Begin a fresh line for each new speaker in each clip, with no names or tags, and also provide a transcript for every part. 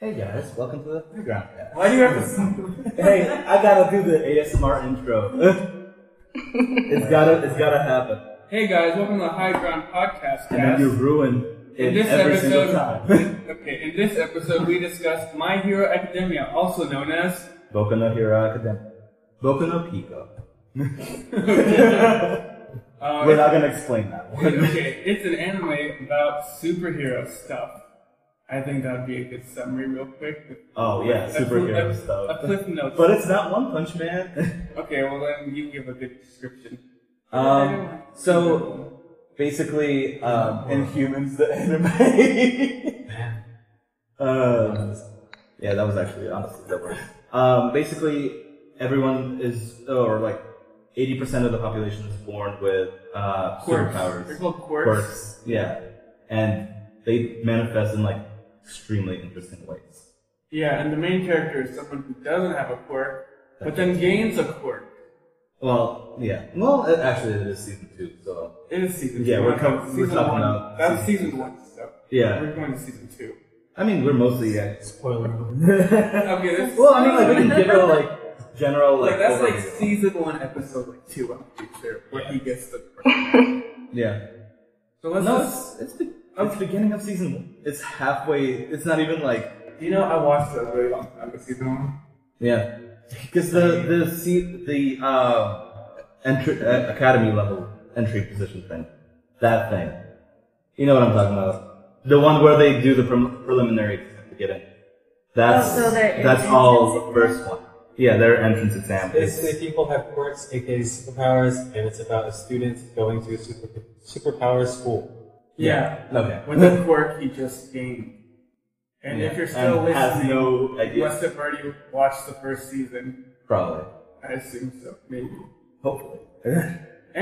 Hey guys, welcome to the playground.
Why do you have to?
Hey, I gotta do the ASMR intro. it's gotta, it's gotta happen.
hey guys, welcome to the High Ground Podcast.
And then
cast.
you ruin it
in this
every single time.
episode, okay, in this episode we discussed My Hero Academia, also known as.
Boku no Hero Academia. Boku no Pico.
Uh,
We're not gonna explain that one.
okay, it's an anime about superhero stuff. I think that'd be a good summary, real quick.
Oh yeah,
A cliff-
superhero
a- A
stuff.
cliff note.
But it's not One Punch Man.
okay, well then you give a good description.
um, so basically, um, Inhumans the anime. um, yeah, that was actually honestly the worst. Um, basically, everyone is, or like, eighty percent of the population is born with uh,
Quirks. They're
superpowers.
called quirks.
Quirks, yeah, and they manifest in like extremely interesting ways.
Yeah, and the main character is someone who doesn't have a quirk, but then gains a quirk.
Well, yeah. Well, it, actually, it is season two, so
It is season
Yeah,
two.
we're com-
That's
we're
season
talking
one.
about
That's
season
season, one stuff.
Yeah.
We're going to season two.
I mean, we're mostly yeah.
Spoiler alert.
Okay, this
well, I mean, like we can give it like general like.
Like, that's like
overview.
season one, episode like two, I'm pretty sure, where he gets the
yeah.
So let's
No,
just-
it's it's, be- it's beginning of season. one. It's halfway. It's not even like
you know, I watched a really long time ago, season one.
yeah, because the the se- the uh, entry uh, academy level entry position thing, that thing. You know what I'm talking about? The one where they do the prem- preliminary to get in. That's
Oh, so their
that's
entrance
all
exam?
verse one. Yeah, their entrance exam. is-
Basically, people have quirks, aka superpowers, and it's about a student going to a super superpower school.
Yeah.
Okay.
With the quirk he just gained. And
Yeah,
if you're still
and has
listening,
no
you
idea.
must have already watched the first season.
Probably.
I assume so, maybe.
Hopefully.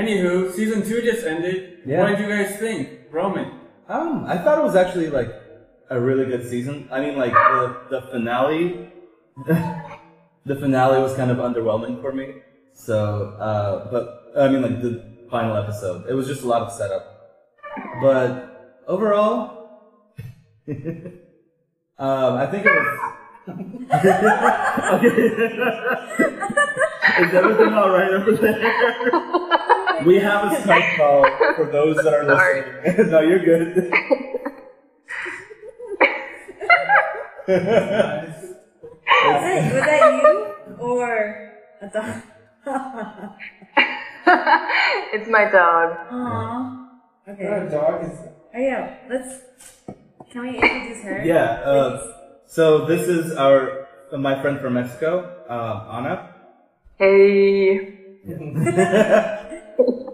Anywho, season two just ended.
Yeah.
What did you guys think? Roman.
um, I thought it was actually like a really good season. I mean, like the the finale, the finale was kind of underwhelming for me. So, uh, but I mean, like the final episode, it was just a lot of setup. But overall, um, I think it was. Is everything all right over there? we have a Skype call for those that are listening. no, you're good.
Hey, was that you or a dog?
it's my dog.
Aww. Okay.
dog is
Oh yeah. Let's. Can we introduce her?
Yeah.
Please.
Uh, so this is our my friend from Mexico, um, Ana.
Hey.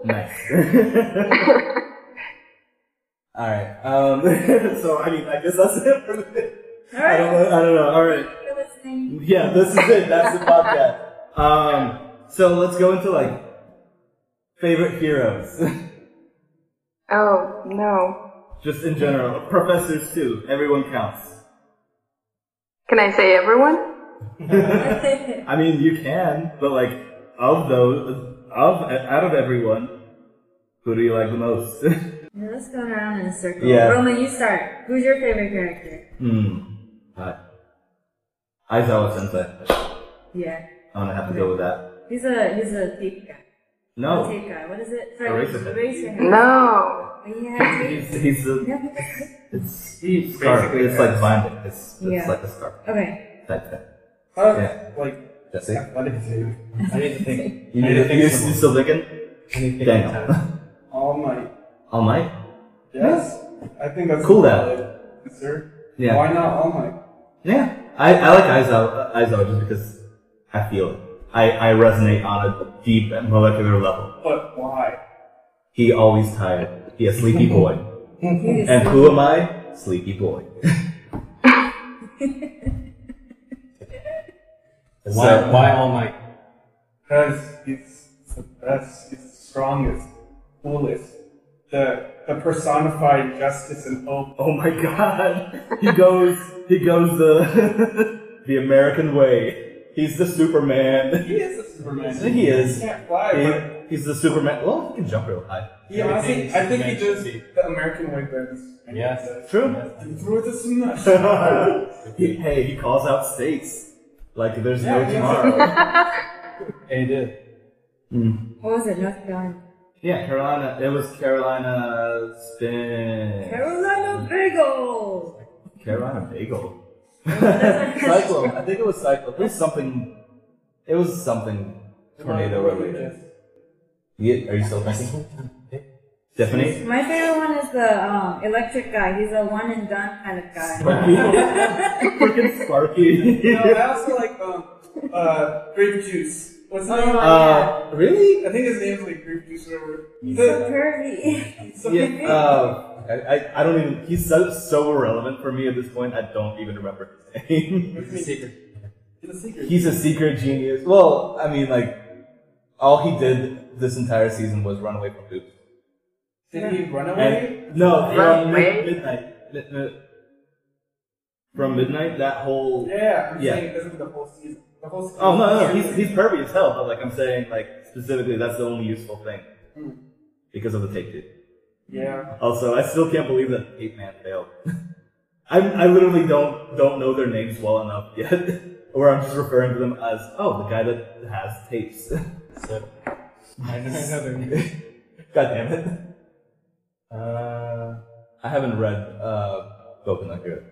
Nice. All right. Um, so I mean, I guess that's it for this.
All
I don't. know- I don't know. All right.
You're listening.
Yeah, this is it. That's the podcast. Um, so let's go into like favorite heroes,
Oh no.
just in general. Professors too. Everyone counts.
Can I say everyone?
I mean, you can, but like of those, of out of everyone, who do you like the most?
Yeah, let's go around in a circle.
Yeah.
Roman, you start. Who's your favorite character?
hmm. Hi. Aizawa Sensei.
Yeah.
I'm gonna have to go with that.
He's a he's a tape guy. A
No,
tape guy. What is it?
Eraserhead.
Eraserhead.
No.
Yeah.
he's,
tape.
he's the it's
He's
scarf.
basically
It's like binding. It's, it's
Yeah.
like a scarf.
okay.
That thing.
How-
Yeah.
like
That's it.
athletics is
I need to think.
You
I
need
need to
to
think.
you
of
you
someone.
still thinking?
I need to think. of
Daniel.
someone.
all might.
All Might?
Yes, I think that's
Cool
valid answer.
Yeah.
Why not all might?
Yeah. I, I like Aizawa, Aizawa just because I feel it. I, I resonate on a deep molecular level.
But why?
He always tired. He a sleepy boy.
He's
And who am I? Sleepy boy.
Why? Why all my?
Because it's the best, it's the strongest, coolest, the the personified justice and hope.
Oh my god. He goes he goes the the American way. He's the Superman.
He is a Superman.
I think he is.
can't fly, but
He- he's the Superman. Well, he can jump real high.
he honestly, I think he does
Everything's
the American way better.
Yes.
True.
You threw it to some nuts.
He- hey, he calls out states like there's no
Yeah, yeah.
tomorrow. Hmm.
And he did.
What was it? North Carolina.
yeah, Carolina. It was Carolina spin.
Carolina Bagel!
Carolina bagel.
That's what I-
Cyclone. I think it was cyclone. It was something. It was something tornado related. Yeah, are you still thinking? Stephanie.
My favorite one is the um, electric guy. He's a one and done kind of guy.
Sparky. Freaking Sparky.
No, I also like um, uh, grape juice. What's his name?
Uh, really?
I think his name's like grape juice or whatever.
He's
The-
so curvy.
Yeah. Uh, I, I, I don't even. He's so so irrelevant for me at this point. I don't even remember his name.
It's a secret.
the secret.
he's a secret genius. Well, I mean, like, all he did this entire season was run away from hoops.
Did he run away?
And, no, from mid-
Runaway?
midnight. Mid- mid- From midnight, that whole.
yeah, I'm
Yeah.
saying it doesn't the whole season. The whole season.
Oh no, no, he's he's pervy as hell. But like I'm saying, like specifically, that's the only useful thing
Hmm.
because of the tape dude.
yeah.
Also, I still can't believe that Ape Man failed. I I literally don't don't know their names well enough yet, or I'm just referring to them as oh the guy that has tapes.
So,
I just
God damn it!
uh,
I haven't read uh Boku no Hero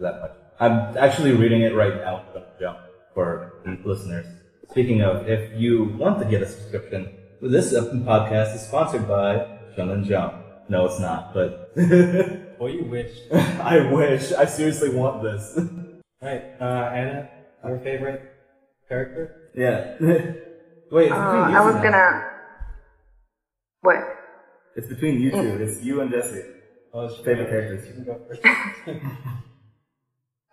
that much. I'm actually reading it right now. I'm gonna Jump for listeners. Speaking of, if you want to get a subscription, this uh, podcast is sponsored by Shonen Jump. No, it's not, but
what you wish.
I wish. I seriously want this.
Right, uh, Anna, your favorite character?
Yeah. Wait, it's between
Uh,
you
I
two
was
now.
gonna. What?
It's between you two. It's you and Jesse.
Oh, she-
Favorite characters.
She can go first.
I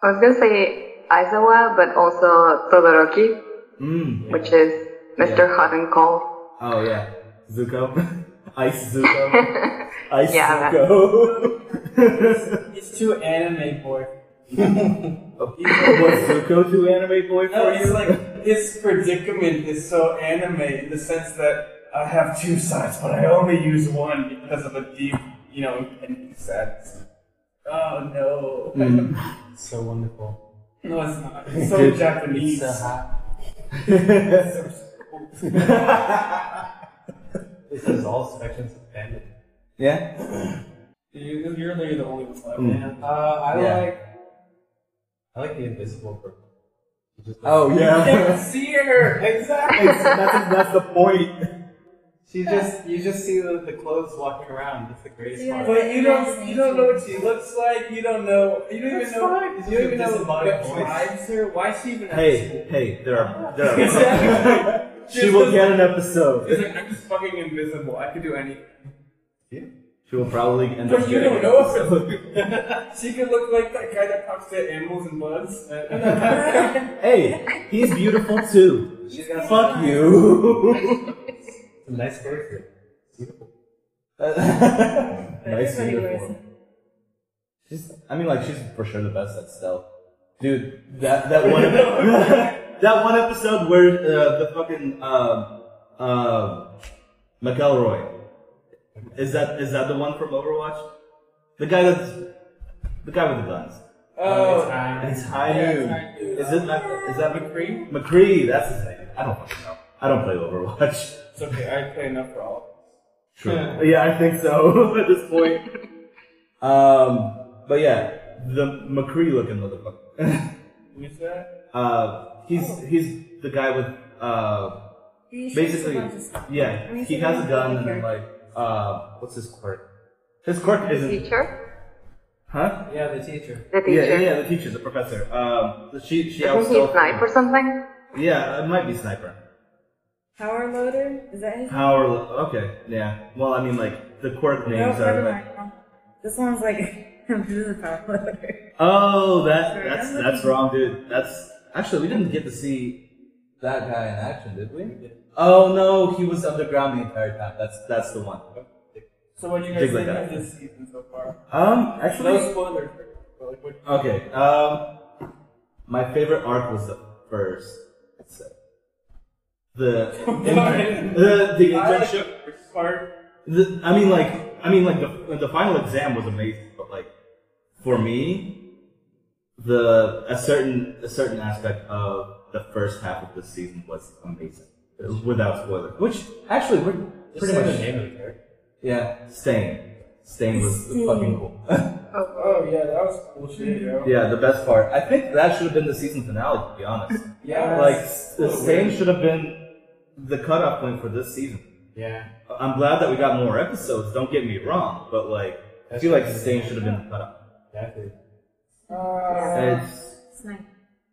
was gonna say Aizawa, but also Todoroki,
Mm.
which is Mr. Hot and Cold.
Oh yeah. Zuko. Ice Zuko. Ice
Yeah, that-
Zuko.
He's too anime boy.
Was Zuko too anime boy for
No,
you?
he's like his predicament is so anime in the sense that I have two sides, but I only use one because of a deep, you know, impending sadness. Oh no!
Mm.
so wonderful.
No, it's not. It's so Japanese.
It's so hot. This is all sections of fandom.
yeah.
You- You're literally the only one left.
Mm.
And, uh, I
Yeah.
like, I like the invisible girl. She just-
Oh
You can't
yeah.
see her. Exactly.
It's- that's, that's the point.
She just, you just see the, the clothes walking around. That's the greatest
Yeah.
part.
But you don't you don't know what she looks like. You don't know. You don't even
That's
know.
fine.
You don't even know
Disembodied
what
voice.
drives her. Why is she even? at school?
Hey, hey, there are there are.
Exactly.
she will get an episode.
It's like I'm just fucking invisible. I could do anything.
She will probably end up.
But you
getting an
don't know if
episode.
it's she could look like that guy that talks to animals and bugs. Uh, I
Hey, he's beautiful too.
She's got
Fuck you.
some nice character. Beautiful.
But
nice
everybody wears
uniform. She's, I mean, like she's for sure the best at stealth, dude. That that one that one episode where uh, the fucking um um McElroy is that is that the one from Overwatch? The guy that's the guy with the guns.
Oh.
it's high.
It's high
Yeah,
noon.
it's High Noon.
Is it Mac- is that
McCree?
McCree? That's his name. I don't fucking know. I don't play Overwatch.
It's okay. I play enough for all.
True. yeah, I think so at this point. Um, but yeah, the McCree looking motherfucker.
Who's that?
uh, he's he's the guy with uh,
Oh. He shoots a
basically
bunch of stuff. I
yeah.
mean,
He
he's
has a
a
gun and
sniper.
then like uh, what's his quirk? His quirk
The
isn't
teacher?
huh?
Yeah, the teacher.
The
Yeah,
teacher.
yeah, yeah, the teacher's a professor. Um, she she
Isn't he
outsells-
snipe or something?
Yeah, it might be sniper.
Power loader? Is that his?
Power. le- Okay. Yeah. Well, I mean, like the quirk names
no,
are
never
like.
mind. Um, This one's like, this is a power loader.
Oh, that
Sorry,
that's
I'm
that's wrong, dude. That's actually we didn't get to see that guy in action, did we? Oh no, he was underground the entire time. That's that's the one.
So what do you
Dig
guys
like
think of
that.
this season so far?
Um,
No
actually,
spoilers. But like, what
okay. Um, my favorite arc was the first So, the
Right.
the the
I like
introduction.
your smart.
The, I mean, like, I mean, like the the final exam was amazing, but like for me, the a certain a certain aspect of the first half of the season was amazing, without spoiler. Which actually, we're
Just
pretty
say the
much
name of the character.
yeah. Stain, Stain was
Stain.
fucking cool.
Oh yeah, that was cool shit, yo.
yeah, the best part. I think that should have been the season finale. To be honest,
Yeah,
like
it's a
the
little
Stain
weird.
should have been the cutoff point for this season.
Yeah.
I'm glad that we got more episodes. Don't get me wrong, but like I
That's
feel like
true.
Stain should have been the cutoff.
Exactly.
Uh,
It's
Snipe.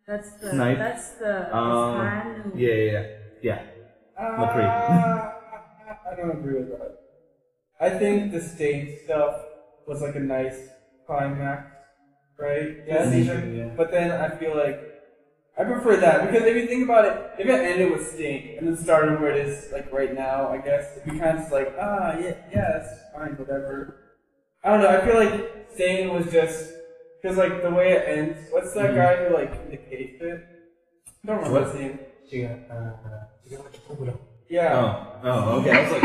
That's the.
Snipe.
That's the.
Um,
it's Han who-
Yeah, yeah, yeah. McCree.
uh, I don't agree with that. I think the stain stuff was like a nice climax, right? Yeah,
Mhm.
season.
Yeah.
But then I feel like I prefer that because if you think about it, if it ended with stain and then started where it is like right now, I guess it'd be kind of just like ah yeah yeah that's fine whatever. I don't know. I feel like stain was just because like the way it ends. What's that guy who like indicates it? I don't remember
Mm-hmm. What?
his name.
She got, uh, she got like a little-
Yeah.
Oh, oh, okay. I was like,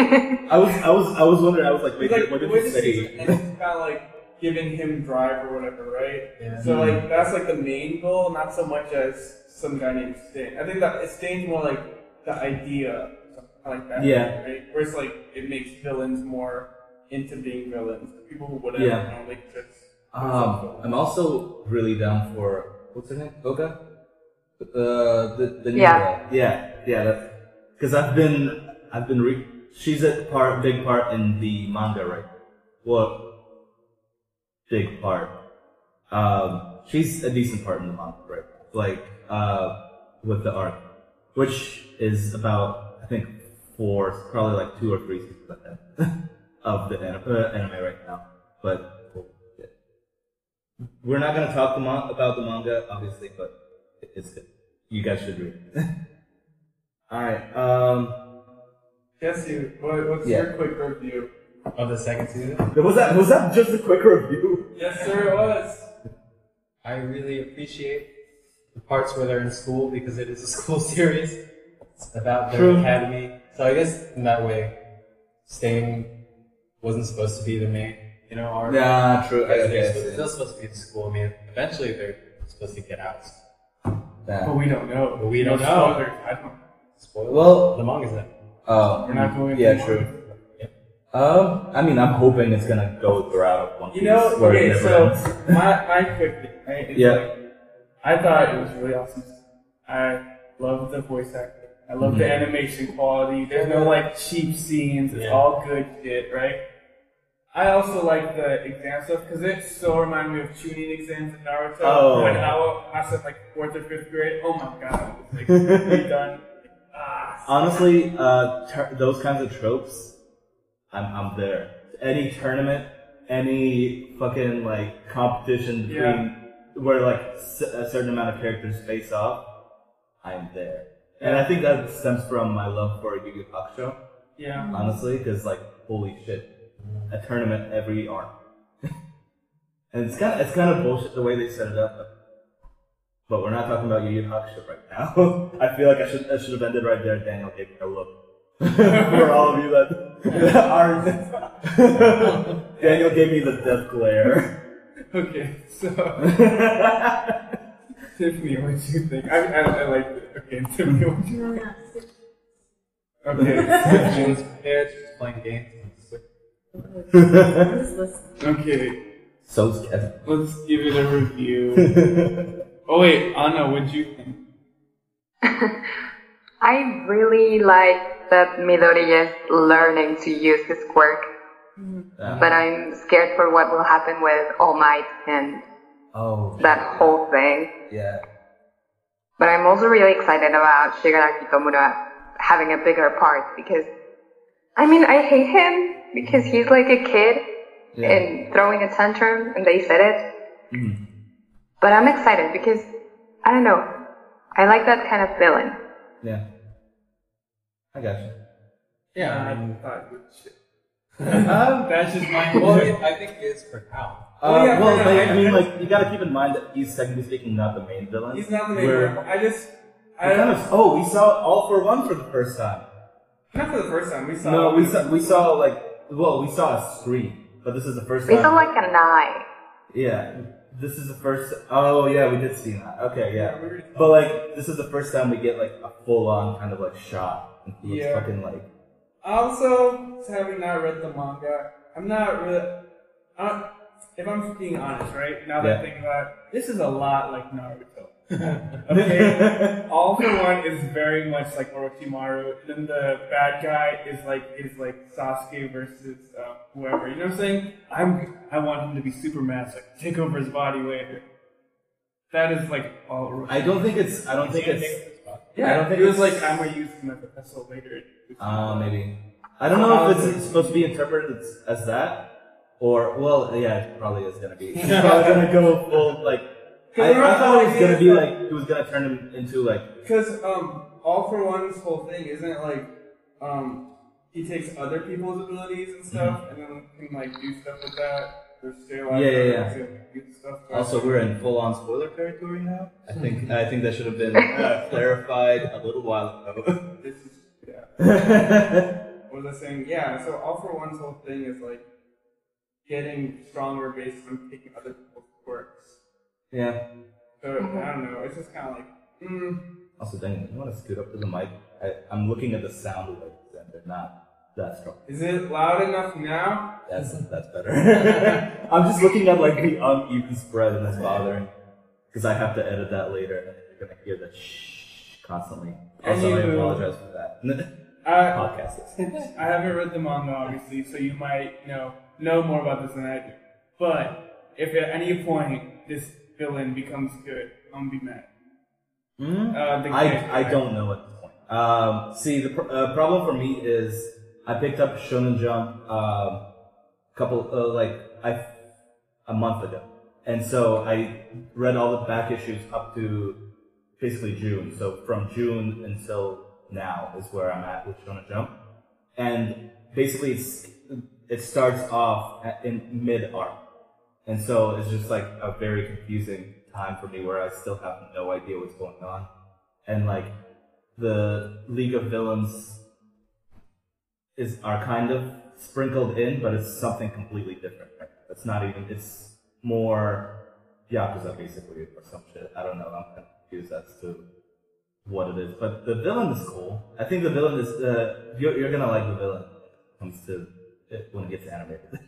I was, I was, I was wondering. I was like, wait,
He's like,
Oh. what did
with
you
season,
say?
and it's kind of like giving him drive or whatever, right?
Yeah.
So like that's like the main goal, not so much as some guy named Stain. I think that Stain's more like the idea, something like that.
Yeah.
Right? Where it's like it makes villains more into being villains. The people who wouldn't,
Yeah.
you know, like just
Um, I'm also really down for what's her name, Goga. Uh, the the new
Yeah.
girl. yeah, yeah. That's because I've been, I've been. Re- she's a part, big part in the manga, right? Well, big part. Um, she's a decent part in the manga, right? Like, uh, with the arc, which is about I think four, probably like two or three seasons ahead of the anime, uh, anime right now. But we're not gonna talk the mon- about the manga, obviously, but it- it's good. You guys should read. it. All right. Um,
guess you. What, what's your quick review?
Of the second season?
was that was that just a quick review?
Yes, sir. It was.
I really appreciate the parts where they're in school because it is a school series. It's about their
True.
academy. So I guess in that way, Stain wasn't supposed to be the main, you know, arc.
Nah, true. I
They're
guess.
supposed- they're supposed to be in school. I mean, eventually they're supposed to get out.
But
Nah.
we don't know.
But we don't
No
know.
spoilers. I don't.
Spoiler.
Well-
the manga's that.
Oh,
We're not going.
Yeah,
to-
true. Um, I mean, I'm hoping it's gonna go throughout One Piece.
You know,
where it
okay,
never
so
ends.
my my quick thing, right? It's
Yeah.
like, I thought it was really awesome. I love the voice acting. I love the
Mm-hmm.
animation quality. There's no like cheap scenes. It's
Yeah.
all good shit, right? I also like the exam stuff because it so reminded me of tuning exams in Naruto.
Oh.
When I was I was in like fourth or fifth grade. Oh my god, it was like redone. Ah,
Honestly, uh, tur those kinds of tropes, I'm, I'm there. Any tournament, any fucking like competition between
Yeah.
where like s- a certain amount of characters face off, I'm there. And I think that stems from my love for Yu Yu Hakusho,
yeah.
honestly, because like holy shit, a tournament every arm. and it's kind of it's kind of bullshit the way they set it up. But, but we're not talking about Yu Yu Hakusho right now. I feel like I should I should have ended right there. Daniel gave me a look for all of you that, that aren't. Daniel gave me the death glare.
Okay, so. Tiffany, what do you think? I, I, I like it. Okay, Tiffany, what do you
No, no, sit-
Okay,
she was prepared. She was playing games.
just listen.
okay.
so scared.
Let's give it a review. oh wait, Anna, what do you think?
I really like that Midoriya is learning to use his quirk,
Ah,
but I'm scared for what will happen with All Might and
oh
that whole thing.
yeah.
But I'm also really excited about Shigaraki Tomura having a bigger part because, I mean, I hate him because he's like a kid
Yeah. Mm,
and throwing a tantrum and they said it. But I'm excited because, I don't know, I like that kind of villain.
Yeah. I got you.
Yeah, I mean,
thought good shit.
Um,
That's just my
well, it- I think it's for now.
Uh,
Oh, yeah,
well,
yeah,
but,
yeah.
I mean, like, you gotta keep in mind that he's technically speaking not the main villain.
He's not the main
We're-
one. I just
I kind of, oh, we saw All for One for the first time.
Not for the first time. We saw.
No, we saw we saw like well, we saw a screen, but this is the first
We
time.
saw like an eye.
yeah, this is the first. Oh yeah, we did see that. Okay, yeah,
we were-
but like this is the first time we get like a full on kind of like shot. It's
Yeah.
fucking like
Also, having not read the manga, I'm not really. Uh, if I'm being honest, right now that
Yeah.
I think about it, this is a lot like Naruto. okay, All for One is very much like Orochimaru, and then the bad guy is like is like Sasuke versus uh, whoever. You know what I'm saying? I'm I want him to be Superman, so I can take over his body later. That is like all. Orochimaru.
I don't think it's. I don't think it's.
Yeah,
I don't think
it was like
it's-
I'm gonna use him as a vessel later.
Uh, maybe. I don't know if it's supposed to be interpreted as- as that, or well, yeah, it probably is gonna be. It's probably gonna go full like. I, I thought it was gonna be like it was gonna turn him into like
Because um, all for one's whole thing isn't it like um, he takes other people's abilities and stuff, and then can like do stuff with that. Or sterilize
Mm-hmm. Yeah, yeah,
others and do stuff with-
Also, we're in full-on spoiler territory now. I think I think that should have been uh, clarified a little while ago.
This is, yeah.
yeah,
What was I saying? Yeah. So all for one's whole thing is like getting stronger based on taking other people's quirks. So
Mm-hmm.
I don't know. It's just kind of like. Mm,
Also, Daniel, you want to scoot up to the mic? I, I'm looking at the sound waves, and they're not that strong.
is it loud enough now?
That's that's better. I'm just looking at like the uneven spread, and that's bothering because I have to edit that later, and you're gonna hear the shh constantly. Also, I
Anywho.
apologize for that.
Uh,
Podcast. is-
I haven't read the manga, obviously, so you might you know know more about this than I do. But if at any point this villain becomes good, I'm gonna be mad.
Hmm?
Uh, the character,
I, I don't know at this point. Um, see, the pr- uh, problem for me is I picked up Shonen Jump um, couple uh, like I a month ago, and so I read all the back issues up to basically June. So from June until now is where I'm at with Shonen Jump, and basically it's, it starts off at, in mid arc, and so it's just like a very confusing time for me where I still have no idea what's going on. And like the League of Villains is are kind of sprinkled in, but it's something completely different. Right? It's not even it's more Yakuza basically or some shit. I don't know. I'm kind of confused as to what it is. But the villain is cool. I think the villain is uh, you're, you're gonna like the villain when it comes to it, when it gets animated.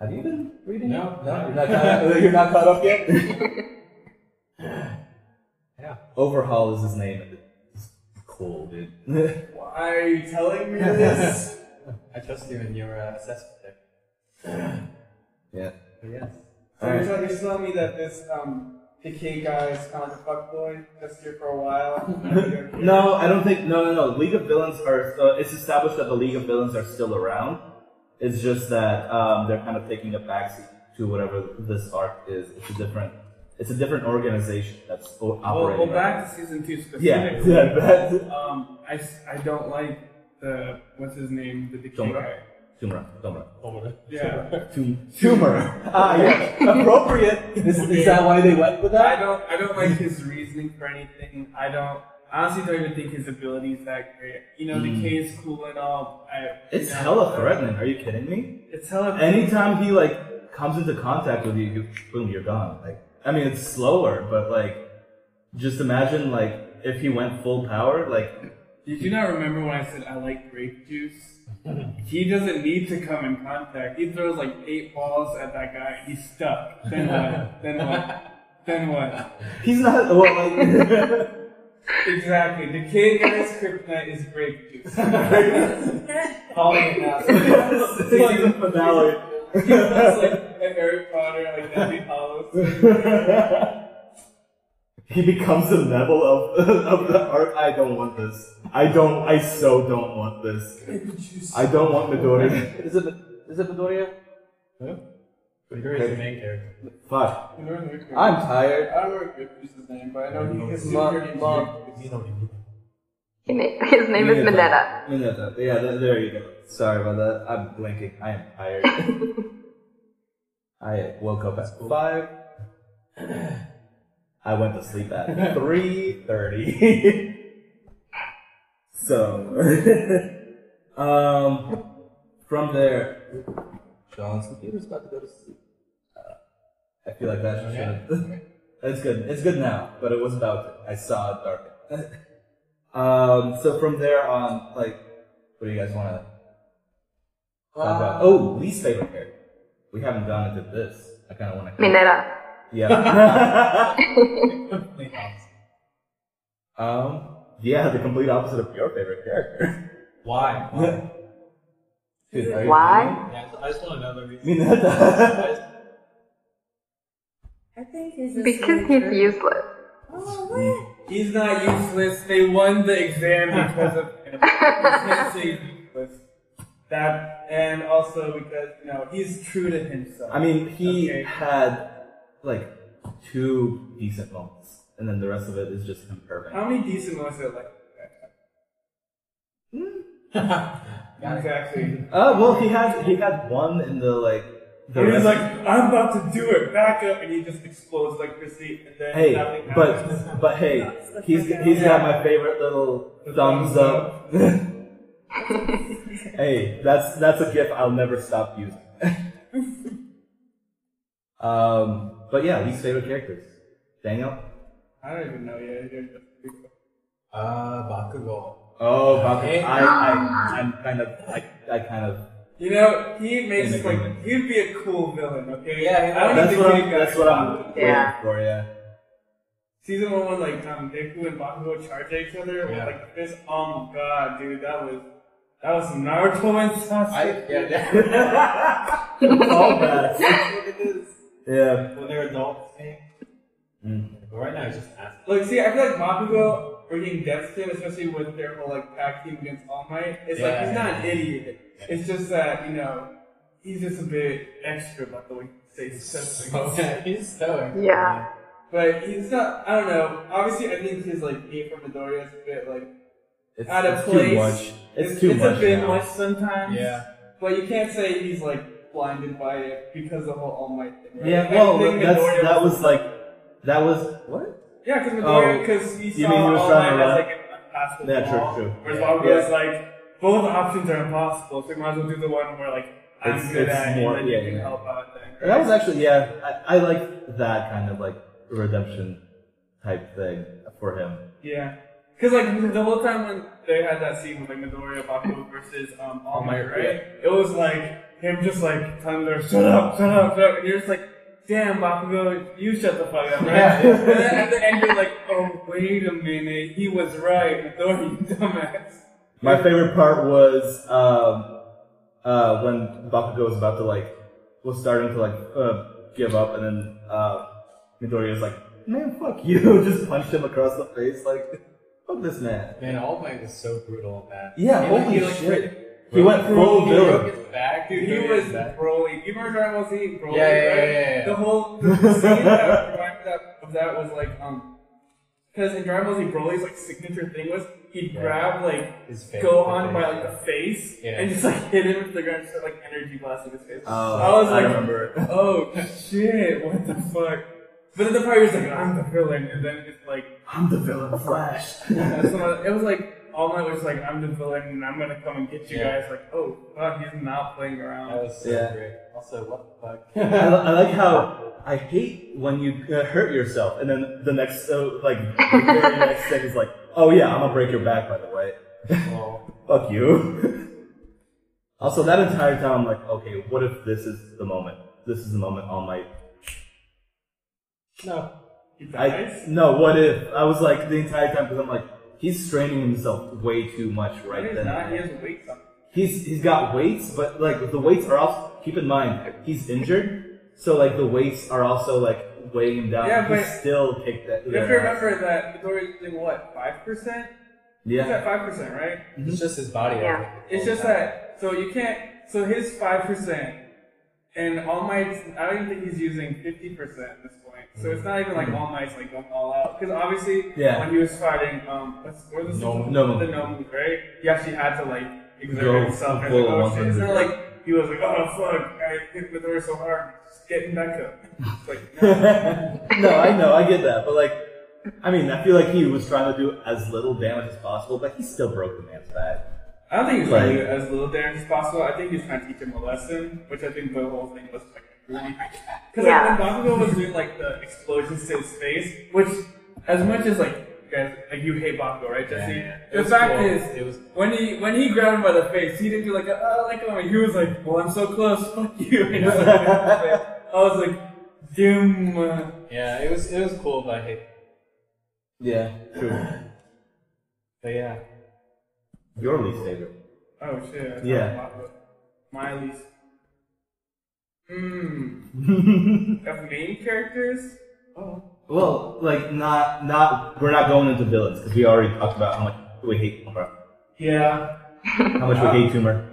Have you been reading? it?
No, no,
You're not caught up- you're not caught up yet.
Yeah.
Overhaul is his name. It's cool, dude.
Why are you telling me this?
I trust you in your uh, assessment there.
yeah.
But yes.
so you're trying to tell me that this um decay guy is kind of a fuckboy, just here for a while.
No, I don't think. No, no, no. League of Villains are. Uh, it's established that the League of Villains are still around. It's just that um, they're kind of taking a backseat to whatever this arc is. It's a different. It's a different organization that's o-
Well,
operating.
well,
right
back to season two
now.
specifically.
Yeah, yeah, that.
Um, I, s- I don't like the what's his name, the decay
Tomura.
guy.
Tumor, tumor,
Oh,
Yeah.
tumor. Ah, yes, appropriate. Is, is that why they went with
I don't I don't like his reasoning for anything. I don't I honestly don't even think his ability is that great. You know,
Mm.
the K is cool and all. I,
It's
you know,
hella
but-
threatening. Are you kidding me?
It's hella
anytime he like comes into contact with you, you boom, you're gone. Like I mean, it's slower, but like just imagine like if he went full power, like
Did you not remember when I said I like grape juice? he doesn't need to come in contact. He throws like eight balls at that guy and he's stuck. Then what? then what? Then what?
he's not. Well, like
Exactly. The K guy's kryptonite is grape juice.
Calling it now.
season finale.
That's like a Harry Potter, like Deathly Hollows.
He becomes the level of of the art. I don't want this. I don't. I so don't want this. I don't want Midori. Is it? Is it Midoriya?
Midori is the main character.
Fuck.
I
I'm tired.
don't know grape juice's name, but I know he is
Mom-
super
Mom.
He na- His name is Mineta.
Mineta. Yeah, th- there you go. Sorry about that. I'm blinking. I am tired. I woke up at five. I went to sleep at three thirty. so, um, from there, John's computer's about to go to sleep. Uh, I feel like that should. it's good. It's good now, but it was about. To. I saw it dark. um, so from there on, like, what do you guys want to talk about? Oh, least favorite character. We haven't gone into this. I kind of want to.
Minera.
Yeah.
Complete opposite.
um. Yeah, the complete opposite of your favorite character.
Why? Why?
Dude, are you
Why?
yeah, I just- I just want to know the reason.
kidding me? Mineta.
I think he's a
Because he's
soldier.
useless.
Oh, what?
He's not useless. They won the exam because of him. You can't say he's useless. That and also because you know he's true to himself.
I mean, he
Okay.
had like two decent moments, and then the rest of it is just him
how
perfect.
many decent ones are like?
Got it.
Exactly.
Uh, well, he had he had one in the like. The
And he's
rest-
like, I'm about to do it. Back up, and he just explodes like Chrissy, and then
hey,
nothing happens.
but but hey, he's he's got my favorite little thumbs up. hey, that's that's a gift I'll never stop using. um, but yeah, least favorite characters. Daniel.
I don't even know yet. You're just-
Uh, Bakugo.
Oh, Bob,
Hey.
I, I I'm kind of I, I kind of
You know, he
In
makes
agreement.
like he'd be a cool villain, okay?
Yeah, yeah.
I don't
that's
even
what
think
I'm, that's what I'm waiting
Yeah.
for. Yeah.
Season one when like um Deku and Bakugo charge at each other
Yeah.
with like the fist. Oh my god, dude, that was that was some Naruto and Sasuke.
I, yeah, that-
Callbacks.
that's what it is.
Yeah.
When they're adults, man.
Mm.
But right now, it's just ass.
Like, see, I feel like Bakugo bringing depth to him, especially with their whole like tag team against All Might. It's like
Yeah.
he's not an idiot. It's just that you know he's just a bit extra about the way he says stuff.
So, he's so
Yeah.
But he's not. I don't know. Obviously, I think his like hate for Midoriya is a bit like
It's,
Out of
it's too
place.
much. It's, too much.
a bit
now.
much sometimes.
Yeah.
But you can't say he's like blinded by it because of the whole All Might thing. Right?
Yeah,
Like,
well,
I think
that's,
Midoriya
that was like, that was, what?
yeah, because Midoriya because
Oh,
he
you
saw
mean he was
All
trying
Might
to
as
run?
like an impassable
Yeah, true,
wall,
true.
Whereas
Yeah.
Bakugo
Yeah.
is like both options are impossible, so you might as well do the one where like I'm
It's-
good
it's
at
more-
it and then
yeah,
you can
yeah.
help out. Then,
And that was actually, yeah, I, I like that kind of like redemption type thing for him.
yeah. Because like the whole time when they had that scene with like Midoriya Bakugo versus um, All Might, right? It was like him just like telling her shut up, shut up, shut up, and you're just like. Damn, Bakugo, you shut the fuck up, right?
Yeah.
And then at the end, you're like, oh, wait a minute, he was right, Midori, you dumbass.
My favorite part was, um, uh, when Bakugo was about to like, was starting to like, uh, give up and then, uh, Midoriya was like, man, fuck you, just punched him across the face, like, fuck this man.
Man, All Might was so brutal and bad.
Yeah,
He, like,
holy
he, like,
shit. He went full villain.
Broke his back.
Dude, he was Broly. You remember Dragon Ball Z? Broly,
Yeah, yeah,
right?
yeah, yeah, yeah.
The whole the scene that reminded that of that was like um, because in Dragon Ball Z, Broly's like signature thing was he'd
Yeah.
grab like
His face.
go on by like
the
the face
Yeah.
and just like hit him to the ground, and start like energy blasting his face.
Oh,
I was like,
remember. it.
oh shit, what the fuck? But then the part he was like, I'm the villain, and then it's like
I'm the villain, Flash.
that's what- it was like. All Might was like, I'm the villain and I'm gonna come and get you
Yeah.
guys. Like, oh, fuck, he's not playing around.
That was so
Yeah.
great. Also, what the
I,
fuck?
li- I like how I hate when you uh, hurt yourself, and then the next, uh, like, the very next thing is like, oh yeah, I'm gonna break your back, by the way.
Well,
Fuck you. also, that entire time, I'm like, okay, what if this is the moment? This is the moment on my.
no.
He
I,
dies?
no, what if? I was like, the entire time, because I'm like, he's straining himself way too much right
He's
then.
not. He has weights on.
He's he's got weights, but like the weights are also keep in mind he's injured, so like the weights are also like weighing him down.
Yeah,
he
but-
still kicked that.
You have to remember that Midoriya's doing what five percent. He's
Yeah,
at five percent, right?
It's just his body. I
Yeah.
think.
It's just that. So you can't. So his five percent, and All Might's. I don't even think he's using fifty percent at this point. So it's not even like All Might's like going all out. Because obviously,
Mm-hmm. Yeah.
when he was fighting, um, what's what was the
Nomu.
Nomu.
the Nomu, right? He actually had to like exert
Go
himself and
full
go shit. It's not
100.
like he was like, oh fuck, I hit Midoriya so hard. getting back up. It's like, no.
no, I know, I get that, but like, I mean, I feel like he was trying to do as little damage as possible, but he still broke the man's back.
I don't think he was trying to do as little damage as possible. I think he was trying to teach him a lesson, which I think the whole thing was like really. Because
Yeah.
like, when Bakugo was doing like the explosions to his face, which as much as like you guys like you hate Bakugo, right, Jesse?
It
The
was
fact
cool.
is,
it was
when he when he grabbed him by the face, he didn't do like a oh, like oh. He was like, well, I'm so close, fuck you. And just, like, I was like, doom. Oh,
yeah, it was it was cool, but I hate.
Yeah, true.
But yeah,
Your least favorite.
Oh shit. I thought
Yeah.
Bakugo. Miley's. Hmm. of main characters. Oh.
well, like not not we're not going into villains because we already talked about how much we hate Tumor,
Yeah.
how much we hate Tumor.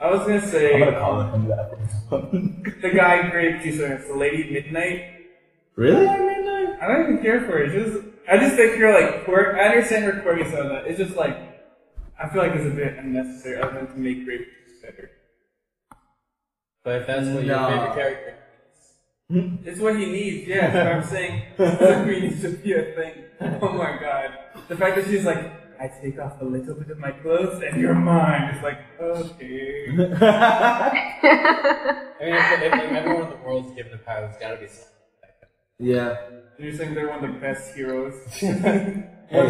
I was gonna
I'm
say
gonna
um,
call him that.
the guy grape juicer. It's the lady midnight.
really?
I don't even care for it. It's just I just think you're like quirk. I understand her quirky side of that. It's just like I feel like it's a bit unnecessary. other than to make grape juice better.
but if that's what
No.
your favorite character.
It's what he needs. Yeah, that's what I'm saying. Sugmi needs to be a thing. Oh my god. The fact that she's like, I take off a little bit of my clothes and you're mine. It's like okay.
I mean, if, if, if everyone in the world's given a power, there's got to be something.
yeah.
You're saying they're one of the best heroes. One of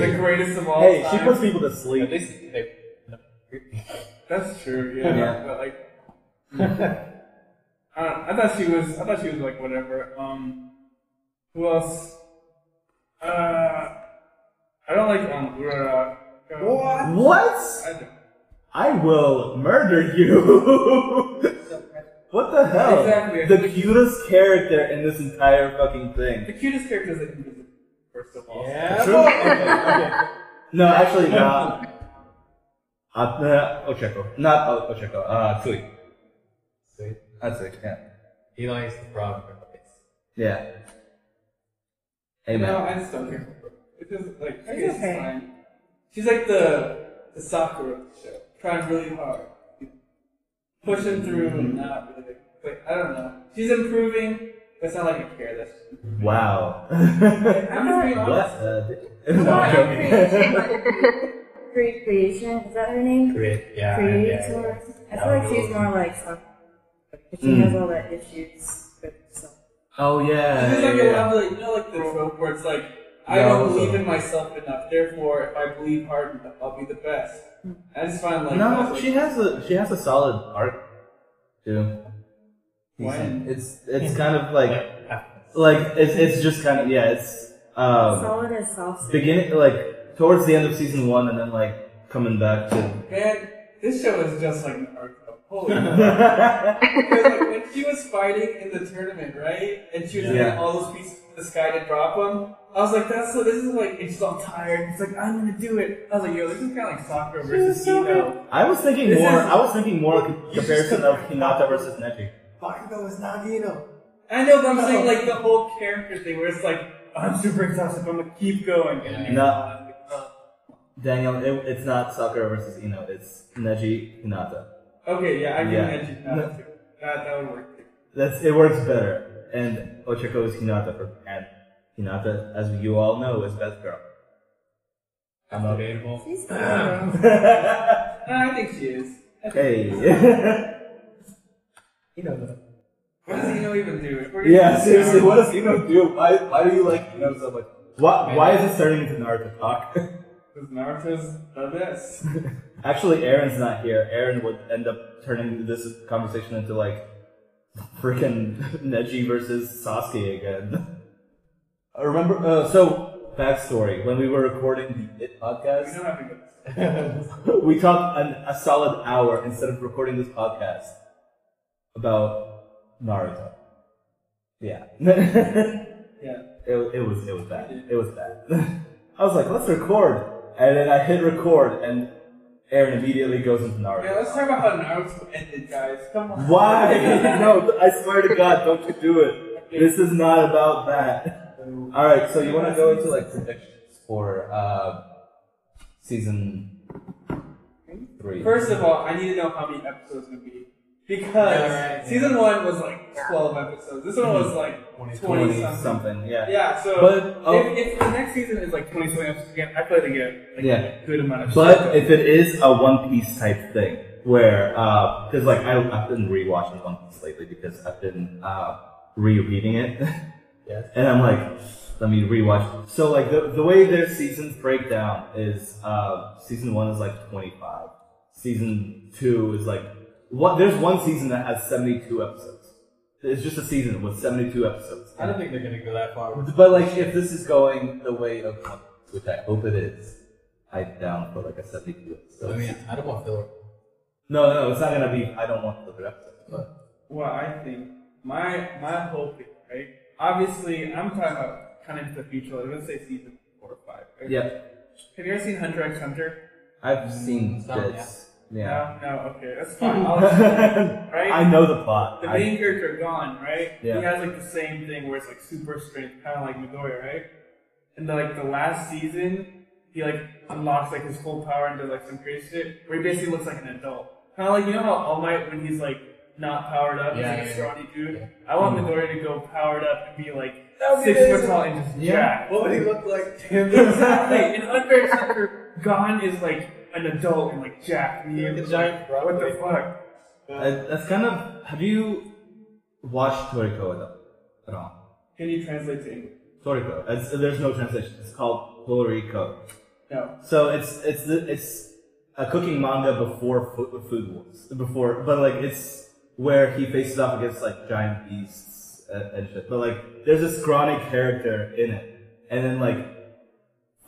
the
Hey.
greatest of all
Hey,
time.
she puts people to
At
sleep.
least they.
That's true. Yeah.
Yeah.
But like, I, don't know, I thought she was. I thought she was like whatever. Um, who else? Uh, I don't like um Urara. What?
What?
I don't.
I will murder you. what the hell?
Exactly.
The cutest character in this entire fucking thing.
The cutest character is invisible. First of all.
Yeah.
True? Okay, okay. No, actually, not. Uh, no, Ocheko. Not o- Ocheko. Uh, Tsui.
Sweet.
That's it, yeah.
He likes the problem. for face.
Yeah. Amen.
No, I just don't care. for her. It's just like I
It's
guess
okay.
it's fine. She's like the the Sakura of the show, trying really hard, pushing through, and not really. But I don't know. She's improving. But it's not like I care. That's
Wow.
I'm just being
what?
honest.
Uh,
Come
no,
on,
I'm joking.
Creation. Creation. Is that her name?
Great. Yeah.
Creation.
yeah, yeah, yeah. Hmm.
I feel like she's more like some. She
Mm.
has all that issues with herself.
oh, yeah.
It's like
yeah,
a
yeah.
lot of like, you know, like the trope where it's like, I
No.
don't believe in myself enough, therefore, if I believe hard enough, I'll be the best. I just find like, I was
No,
like,
she has a she has a solid arc too.
When?
It's it's kind of like
Yeah.
like it's it's just kind of yeah it's um
Solid and soft.
beginning like towards the end of season one and then like coming back to
man, this show is just like an arc of holy. crap."
yeah
Because like when she was fighting in the tournament, right, and she was
Yeah.
getting all those pieces from the sky to drop them. I was like, that's so. This is like, and she's all tired. It's like, I'm gonna do it. I was like, yo, this is kind of like soccer versus Eno.
I was thinking
This
more
is-
I was thinking more com-
You just
comparison of Hinata versus Neji
Bakugo is not Nagino.
I know, but I'm saying like the whole character thing, where it's like, I'm super exhausted, but I'm gonna keep going. And uh,
No. Daniel it, it's not Sakura versus Ino it's Neji Hinata
Okay, yeah, I can
Yeah.
edge it out too. That, that would work. too.
that's it works better and Ochiko is Hinata for and Hinata as you all know is best girl I'm up.
Debatable.
She's the hero.
Uh, I think she is. I think-
hey
You know that.
What does Eno even do? We're gonna-
Yeah, seriously, what does Eno do? Why, why do you like Eno so much? Why, why is this turning into Naruto talk?
'Cause Naruto's the best.
Actually, Aaron's not here. Aaron would end up turning this conversation into like freaking Neji versus Sasuke again. I remember, uh, so, backstory. When we were recording the It
We
podcast,
don't have to go this.
we talked an, a solid hour instead of recording this podcast about Naruto. Yeah. it,
Yeah.
it was it was bad. It was bad. I was like, let's record, and then I hit record, and Aaron immediately goes into Naruto.
Yeah, let's talk about how Naruto ended, guys. Come on.
Why? no, I swear to God, don't you do it. This is not about that. All right, so you want to go into like predictions for uh, season three?
First of all, I need to know how many episodes would be. Because
Yeah, right,
season one was like 12 episodes. This one was like 20,
20
something.
something, yeah.
Yeah, so
Hmm. But, oh.
if, if the next season is like 20 something episodes again, I feel like they get like,
Yeah.
a good amount of
But if it is a One Piece type thing, where because like I, I've been rewatching One Piece lately because I've been uh, rereading it,
Yes.
and I'm like, let me rewatch. So like the the way their seasons break down is uh, season one is like 25, season two is like what? There's one season that has 72 episodes. It's just a season with 72 episodes.
I don't think they're gonna go that far. with-
But like, if this is going the way of One Piece, which I hope it is, I'm down for like a 72 episode.
Oh,
I mean, I don't want filler.
No, no, it's not gonna be. I don't want to look it up. But
Well, I think my my whole thing, right? Obviously, I'm talking about kind of into the future. I'm gonna say season four or five. Right?
yeah,
Have you ever seen Hunter x Hunter?
I've seen
Some,
bits. Yeah,
No. No. Okay, that's fine. I'll- right.
I know the plot.
the
I-
main character gone, right?
Yeah.
He has like the same thing where it's like super strength, kind of like Midoriya, right? And then like the last season, he like unlocks like his full power and does like some crazy shit where he basically looks like an adult. Kind of like you know how All Might when he's like not powered up,
Yeah,
he's like
yeah,
a scrawny dude.
Yeah. Mm.
I want Midoriya to go powered up and be like
That would be
six foot
amazing.
tall and just jacked.
What would he look like?
exactly. And Hunter x Hunter gone is like an adult and like jacked. And
Like a
you're
giant
like, what the fuck?
I- that's kind of. Have you watched Toriko at all? At all?
Can you translate to English?
Toriko. It's, there's no translation. It's called Toriko.
No.
So it's it's the, it's a cooking manga before food, food wars. Before, but like it's where he faces off against like giant beasts and, and shit. But like there's this scrawny character in it, and then like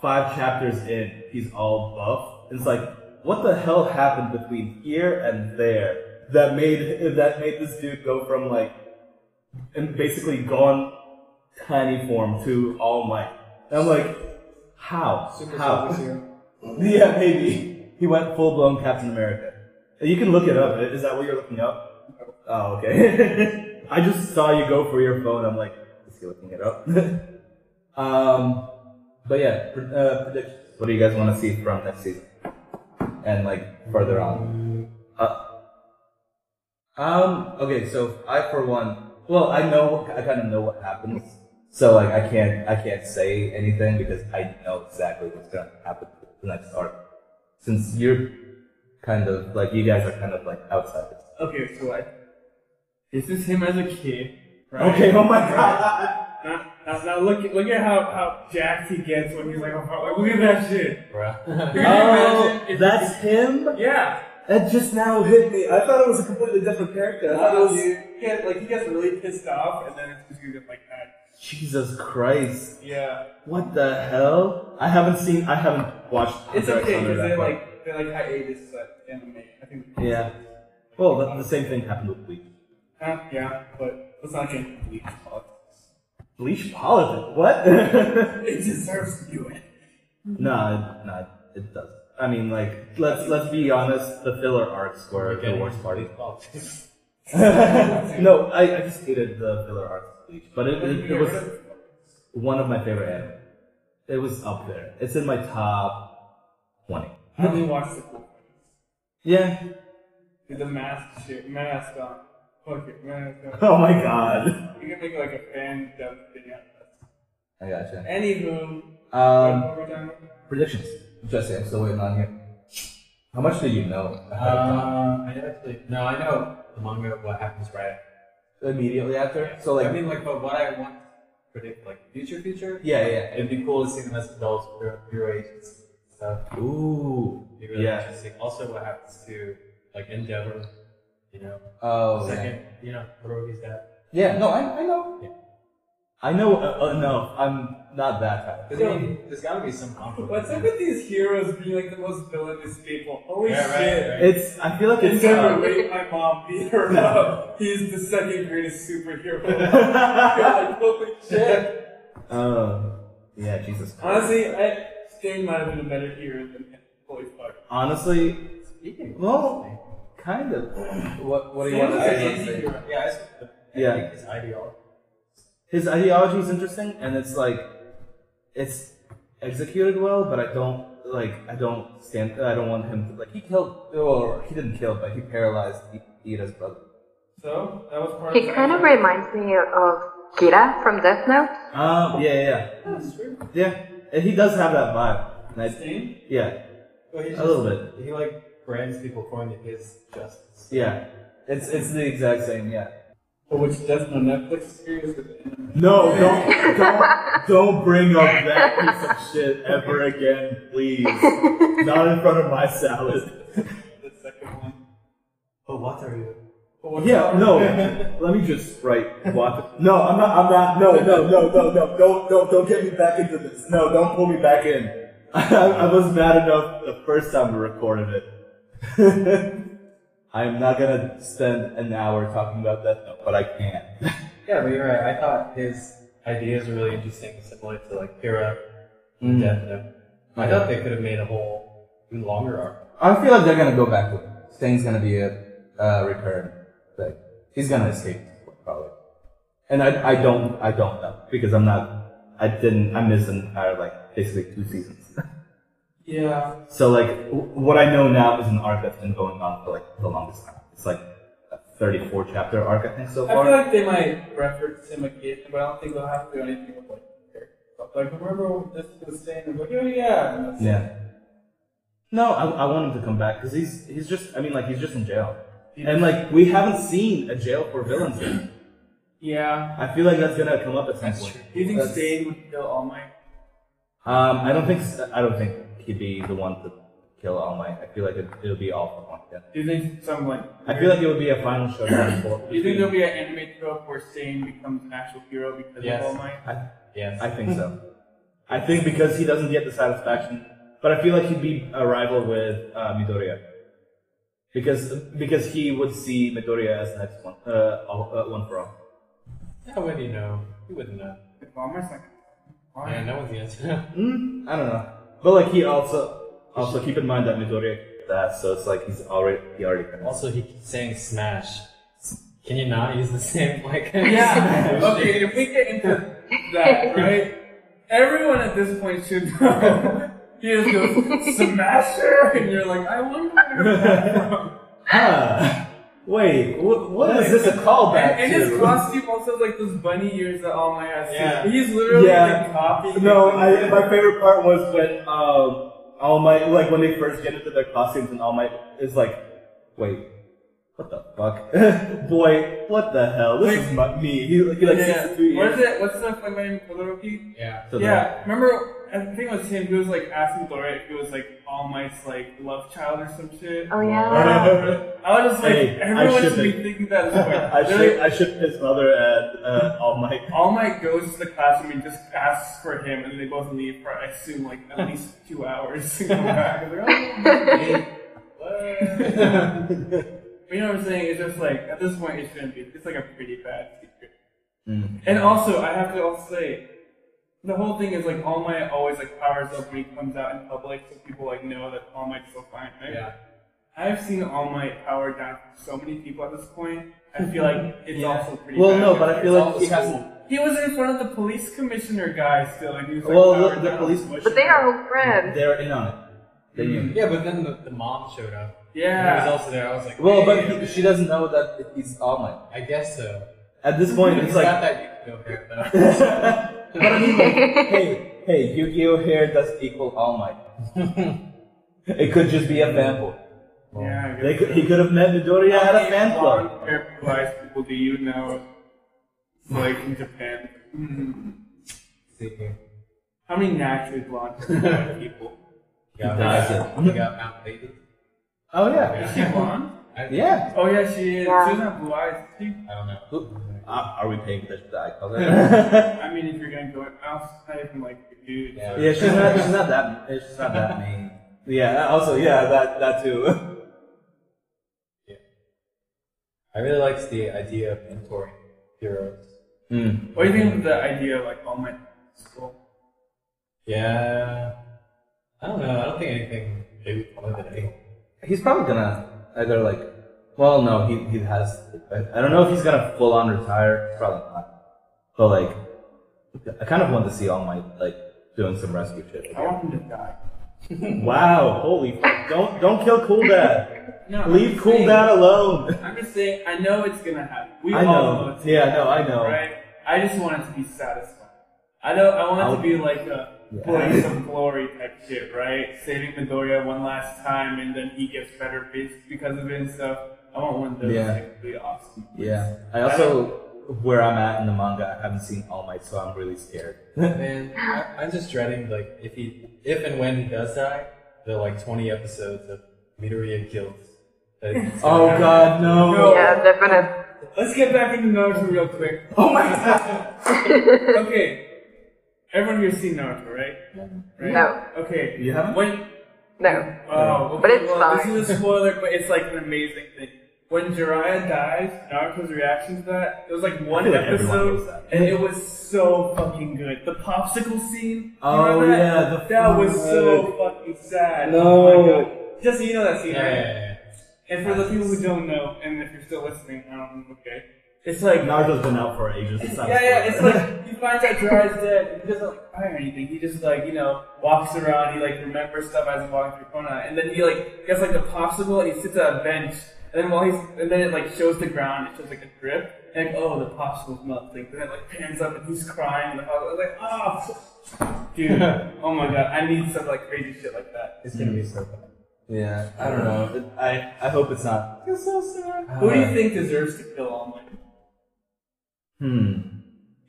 five chapters in, he's all buff. It's like what the hell happened between here and there that made that made this dude go from like and basically gone tiny form to all might. And I'm like, how?
Super
how?
Soldier Serum.
Yeah, maybe. He went full blown Captain America. You can look it up. Is that what you're looking up? Oh, okay. I just saw you go for your phone. I'm like, is he looking it up? um, but yeah, pr- uh, predictions. What do you guys want to see from next season? And like further on. Uh, um. Okay. So I, for one, well, I know what I kind of know what happens. So like, I can't I can't say anything because I know exactly what's gonna happen the next arc. Since you're kind of like you guys are kind of like outsiders.
Okay, so like, this is him as a kid, right?
Okay. Oh my god.
Now, now, now look, at- look at how, how jacked he gets when he's like, oh, like look at that shit.
Bruh.
Can you imagine
Oh,
if-
that's him.
Yeah.
That just now hit me. I thought it was a completely different character. I thought it was
dude. He gets, like, he gets really pissed off, and then it's just gonna get like that.
Jesus Christ.
Yeah.
What the hell? I haven't seen. I haven't watched.
It's
Hunter x
okay,
Hunter
because
that
they're
far.
like, they're like hiatus uh, anime. I think.
Yeah. Well, the, the same thing happened with Bleach.
Huh? Yeah, but let's not get complete politics.
Bleach politics? What?
It deserves to do it.
no, it- no, it doesn't. I mean, like, let's let's be honest. The filler arcs were the worst part. of-
Politics.
no, I, I just hated the filler arcs of Bleach, but it, it, it was one of my favorite anime. It was up there. It's in my top twenty.
I only watched the cool
Yeah.
Dude, the mask shit, mask on. Fuck it, mask on.
Oh my god.
You can make like a fan dub thing out of
I gotcha.
this. Anywho,
Um,
what were we talking about?
predictions. Jesse, I'm still waiting on you. How much do you know?
Uh, I actually no, I know the manga of what happens right. after.
Immediately after. So
I
like,
mean, like, but what I want to predict, like future, future.
yeah, yeah.
It'd be cool to see them as adults, their their ages, and stuff.
Ooh.
It'd be really
Yeah.
interesting. Also, what happens to like Endeavor? You know,
Oh.
second,
yeah.
you know, Kurogi's dad.
Yeah. No, I, I know.
Yeah.
I know. Uh, uh, no, I'm not that type.
Because I mean, there's gotta be some conflict.
What's up with these heroes being like the most villainous people? Holy
Yeah, right,
shit.
right.
It's. I feel like it's.
Never
Uh,
wait my mom beat her up. He's the second greatest superhero.
uh,
You're like, holy shit.
um, yeah. Jesus. Christ.
Honestly, I Sting might have been a better hero than him. Holy fuck.
Honestly.
Speaking of
Well, kind of. What What do you want to
Same
say? about
as Andy.
Sting?
Anti-hero. Yeah, it's, I
Yeah.
think his ideology.
His ideology is interesting, and it's like, it's executed well, but I don't like. I oh, don't stand. I don't want him to like. He killed. Or he didn't kill, but he paralyzed I- Ida's brother.
So that was part
He
of
kind of reminds me of Kira from Death Note.
Um, yeah, yeah, yeah. yeah. And he does have that vibe. And I,
Stain?
yeah,
But he
a little bit.
He like brands people according to his justice.
Yeah, it's it's the exact same. Yeah.
For which Death Note Netflix series with anime.
No, don't don't don't bring up that piece of shit ever again, please. Not in front of my salad.
The second one.
But Oh, what are you?
But what's
Yeah,
up?
no. Let me just write what. No, I'm not. I'm not. No, no, no, no, no. Don't, don't, don't get me back into this. No, don't pull me back in. I, I was mad enough the first time we recorded it. I am not gonna spend an hour talking about that, though, but I can.
Yeah, but you're right. I thought his ideas were really interesting, similar to like Kira and Death Note. I thought they could have made a whole even longer arc.
I feel like they're gonna go back to it. Stain's gonna be a uh, recurring thing. He's gonna escape probably. And I, I don't I don't know because I'm not I didn't I missed an entire like basically two seasons.
Yeah.
so like w- what I know now is an arc that's been going on for like the longest time. It's like a 34 chapter arc I think so
I feel
far.
like they might reference him again, but I don't think they'll have to do anything with like character stuff. Like remember when this was saying and like, oh yeah. And that's it.
Yeah. No, I, I want him to come back because he's he's just I mean like he's just in jail. And like we haven't seen a jail for villains yet.
Yeah.
I feel like that's gonna come up at some point.
Do you think
That's-
Stain would kill All Might?
Um, I don't think I don't think he'd be the one to kill All Might. I feel like it, it'll be all for one. Yeah.
Do you think some like
I feel like it would be a final showdown for.
Do you think there'll be an anime trope where Stain becomes an actual hero because
Yes.
of All Might?
I,
Yes.
I think so. I think because he doesn't get the satisfaction, but I feel like he'd be a rival with uh, Midoriya. Because because he would see Midoriya as the next one, uh, all- uh, one for all.
How would you know? You wouldn't know.
If All Might's like, why?
Yeah, no one's the answer.
Mm, I don't know. But like he also also keep in mind that Midoriya that so it's like he's already he already pronounced.
also, he keeps saying smash. Can you not use the same like?
Yeah. okay, if we get into that, right? Everyone at this point should know. He just goes, Smasher! And you're like, I wonder where that's from.
Huh. Wait, wh- what is this a callback
And
to?
his costume also has like those bunny ears that All Might has. too.
Yeah.
He's literally
Yeah.
like copying.
no, I, my favorite part was when um, All Might, like when they first get into their costumes, and All Might is like, "Wait, what the fuck, boy? What the hell? This is my, me." He, he like
yeah.
sits through
What
ears.
is it? What's the funny name? Kodoroki?
Yeah.
So they're
Yeah, remember, I think it was him. He was like asking Gloria if he was like All Might's like love child or some shit.
Oh
like,
yeah.
I was just like,
Hey, I
everyone should be
shouldn't.
thinking that as well.
I should I should his mother and uh, All Might.
All Might goes to the classroom and just asks for him, and they both leave for, I assume, like at least two hours to come back. They're like, "Oh, what?" But you know what I'm saying? It's just like, at this point, it shouldn't be. It's like a pretty bad secret.
Mm.
And also, I have to also say, the whole thing is like All Might always like powers up when he comes out in public, so people like know that All Might's still fine, right?
Yeah.
I've seen All Might power down so many people at this point. I feel like it's
Yeah.
also pretty.
Well,
bad.
no, but I feel like
all
he
the
has.
school.
He was in front of the police commissioner guy still, and he was like,
Well,
powered
the, the
down.
police.
But they are all friends.
They're in on it. They
Mm-hmm.
knew.
Yeah, but then the, the mom showed up. And He
Yeah.
was also there. I was like,
Well, but
"Hey."
he, she doesn't know that he's All Might.
I guess so.
At this
Mm-hmm.
point, it's like
not that you can go there though.
but I mean, like, hey, hey, Yu-Gi-Oh here does equal All Might. it could just be a fan club.
Yeah. I
They
guess
could,
so.
he could have met Midoriya at a fan
How many
club.
blonde-haired blue-eyed people do you know, like in Japan? Hmm.
Mm-hmm.
How many naturally blonde blue-eyed people?
Yeah,
That's
we got, we got Mount Lady.
Oh yeah,
Is she blonde?
I,
yeah.
Oh yeah, she is.
Yeah.
She doesn't have blue eyes. does She,
I don't know.
Uh, are we paying attention to the eye color?
I mean, if you're gonna go, I'll not even like a dude.
Yeah.
yeah, she's not. She's not that. She's not that mean. Yeah. Also, yeah, that that too.
I really liked the idea of mentoring heroes.
Mm.
What do you think of the idea of like all my school?
Yeah. I don't know. I don't think anything big would come of it anymore.
He's probably gonna either like. Well, no, he he has. I I don't know if he's gonna full on retire. Probably not. But like, I kind of want to see All Might like doing some rescue shit.
I want him to die.
Wow, holy! Fuck. Don't don't kill Cool Dad.
No, I'm
Leave
just
Cool
saying-
Dad alone.
I'm just saying, I know it's gonna happen. We
I
all
know.
it's
Yeah,
gonna
no, I
happen,
know.
Right? I just want it to be satisfying. I know. I want it
I'll-
to be like a
Yeah.
blaze of glory type shit, right? Saving Midoriya one last time, and then he gets better bits because of it and stuff. I want one of those.
Yeah.
Yeah. It would be awesome.
Yeah, I also where I'm at in the manga, I haven't seen All Might, so I'm really scared.
Man, I, I'm just dreading like if he, if and when he does die, the like 20 episodes of Midoriya guilt.
Oh God, no!
No.
Yeah, definitely.
Let's get back into Naruto real quick.
Oh my God!
Okay. Everyone here's seen Naruto, right? Right?
No,
Okay.
You haven't?
When
no.
Oh, okay,
But it's
well,
fine.
This is a spoiler, but it's like an amazing thing. When Jiraiya dies, Naruto's reaction to that, it was like
I
one
feel like everyone knows
episode,
that.
and it was so fucking good. The popsicle scene. you
Oh,
remember that?
yeah, the
that was so
fuck.
fucking sad.
No.
Oh my God. Just so you know that scene,
Yeah,
right?
yeah,
And for the people who don't know, and if you're still listening, um, okay, it's like
Naruto's been out for ages. It's not
yeah, yeah,
a
it's
spoiler.
like he finds out Jiraiya's dead. and He doesn't like cry or anything. He just like you know walks around. He like remembers stuff as he's walking through Kona, and then he like gets like the popsicle and he sits at a bench. And then while he's and then it like shows the ground. It shows like a drip. And like oh the popsicle's melting. Then it like pans up and he's crying. And the popsicle, like oh dude, oh my god, I need some like crazy shit like that.
it's gonna be so bad.
yeah, I don't know. It- I I hope it's not.
It's so sad. Who
Uh,
do you think deserves to kill All Might?
Hmm.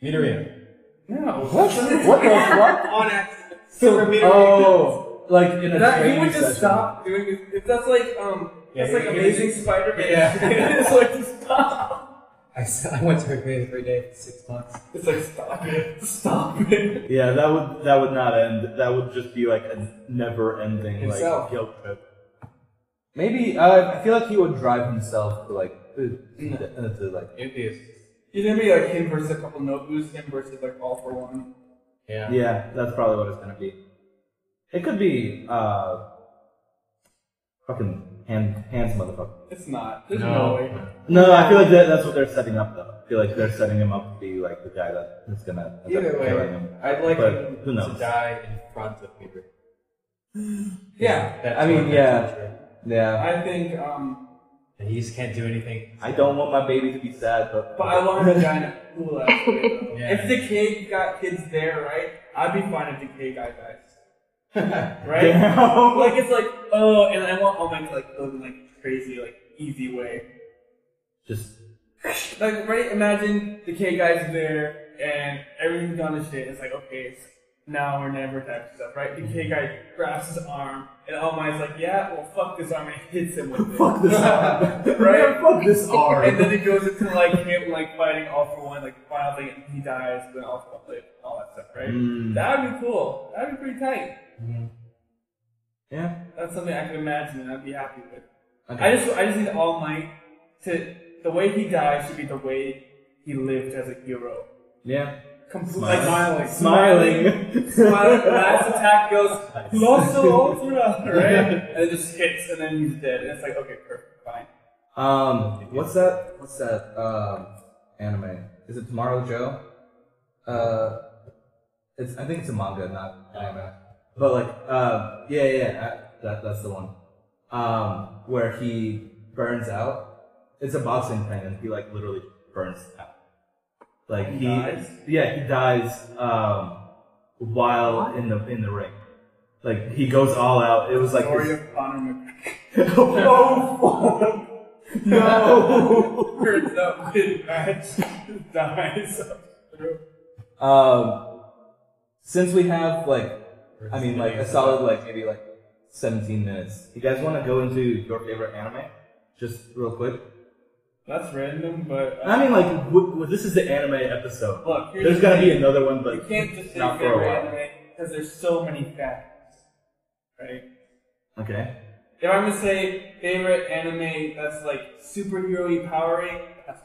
Midoriya.
No.
What? What the fuck?
On accident.
oh, like in a
That, he
training
would
session.
just stop doing it. If that's like um,
Yeah,
that's like
he- he-
Amazing Spider-Man.
Yeah.
it's like just stop.
I, s- I went to her grave every day for six months.
It's like stop it, stop it.
Yeah, that would that would not end. That would just be like a never-ending like
Himself.
guilt trip. Maybe uh, I feel like he would drive himself to like uh, uh, to like
Atheist.
It's gonna be like him versus a couple Nobus, him versus like all for one.
Yeah.
yeah. That's probably what it's gonna be. It could be uh fucking hand, hands motherfucker.
It's not. There's no,
No.
way.
No, I feel like that, that's what they're setting up though. I feel like they're setting him up to be like the guy that is gonna end
Either
up
way,
killing him.
I'd like
But
him
who knows?
to die in front of Midoriya.
Yeah,
That's
I mean,
what-
yeah.
that's what-
Yeah.
I think. um
And he just can't do anything.
I don't want my baby to be sad, but
But I want him to die in a cool ass way. though.
Yeah.
If the kid got kids there, right? I'd be fine if the kid guy dies. right?
Damn.
Like it's like oh, and I want all my like live in like crazy like easy way.
just
Like, right, imagine the K guy's there and everything's gone to shit. It's like, okay, it's now or never type of stuff, right? The K guy grabs his arm and All Might's like, yeah, well, fuck this arm and hits him with it.
fuck this arm.
Right?
Fuck this arm.
and then it goes into like him like fighting All for One, like final thing, and he dies, and then All for One lives, all that stuff, right?
Mm.
That'd be cool. That'd be pretty tight.
Yeah.
That's something I could imagine and I'd be happy with. I
Okay.
just, I just need All Might to, the way he died should be the way he lived as a hero.
yeah.
Compl-
Smiling.
like
Smiling.
smiling, smiling. The last attack goes lost the ultra, right? And it just hits, and then he's dead. And it's like, okay, perfect, fine.
Um, what's that? What's that? Um, anime? Is it Tomorrow Joe? Uh, it's I think it's a manga, not anime. But like, uh, yeah, yeah, I, that that's the one. Um, where he burns out. It's a boxing thing, and he like literally burns out. Like
He
he,
dies?
yeah, he dies. Um, while in the in the ring, like he goes all out. It was like
Story
his-
of Conor
oh, fuck. no.
McGregor turns up mid-match, dies.
Um, since we have like, I mean, like a solid like maybe like seventeen minutes. You guys want to go into your favorite anime, just real quick?
That's random, but uh,
I mean, like w- w- this is the anime episode.
look, here's
There's
the
gonna be
thing.
another one, but
You can't just say
not for a
favorite
while.
anime because there's so many factors, right?
Okay.
If I'm gonna say favorite anime that's like superhero-y powering, that's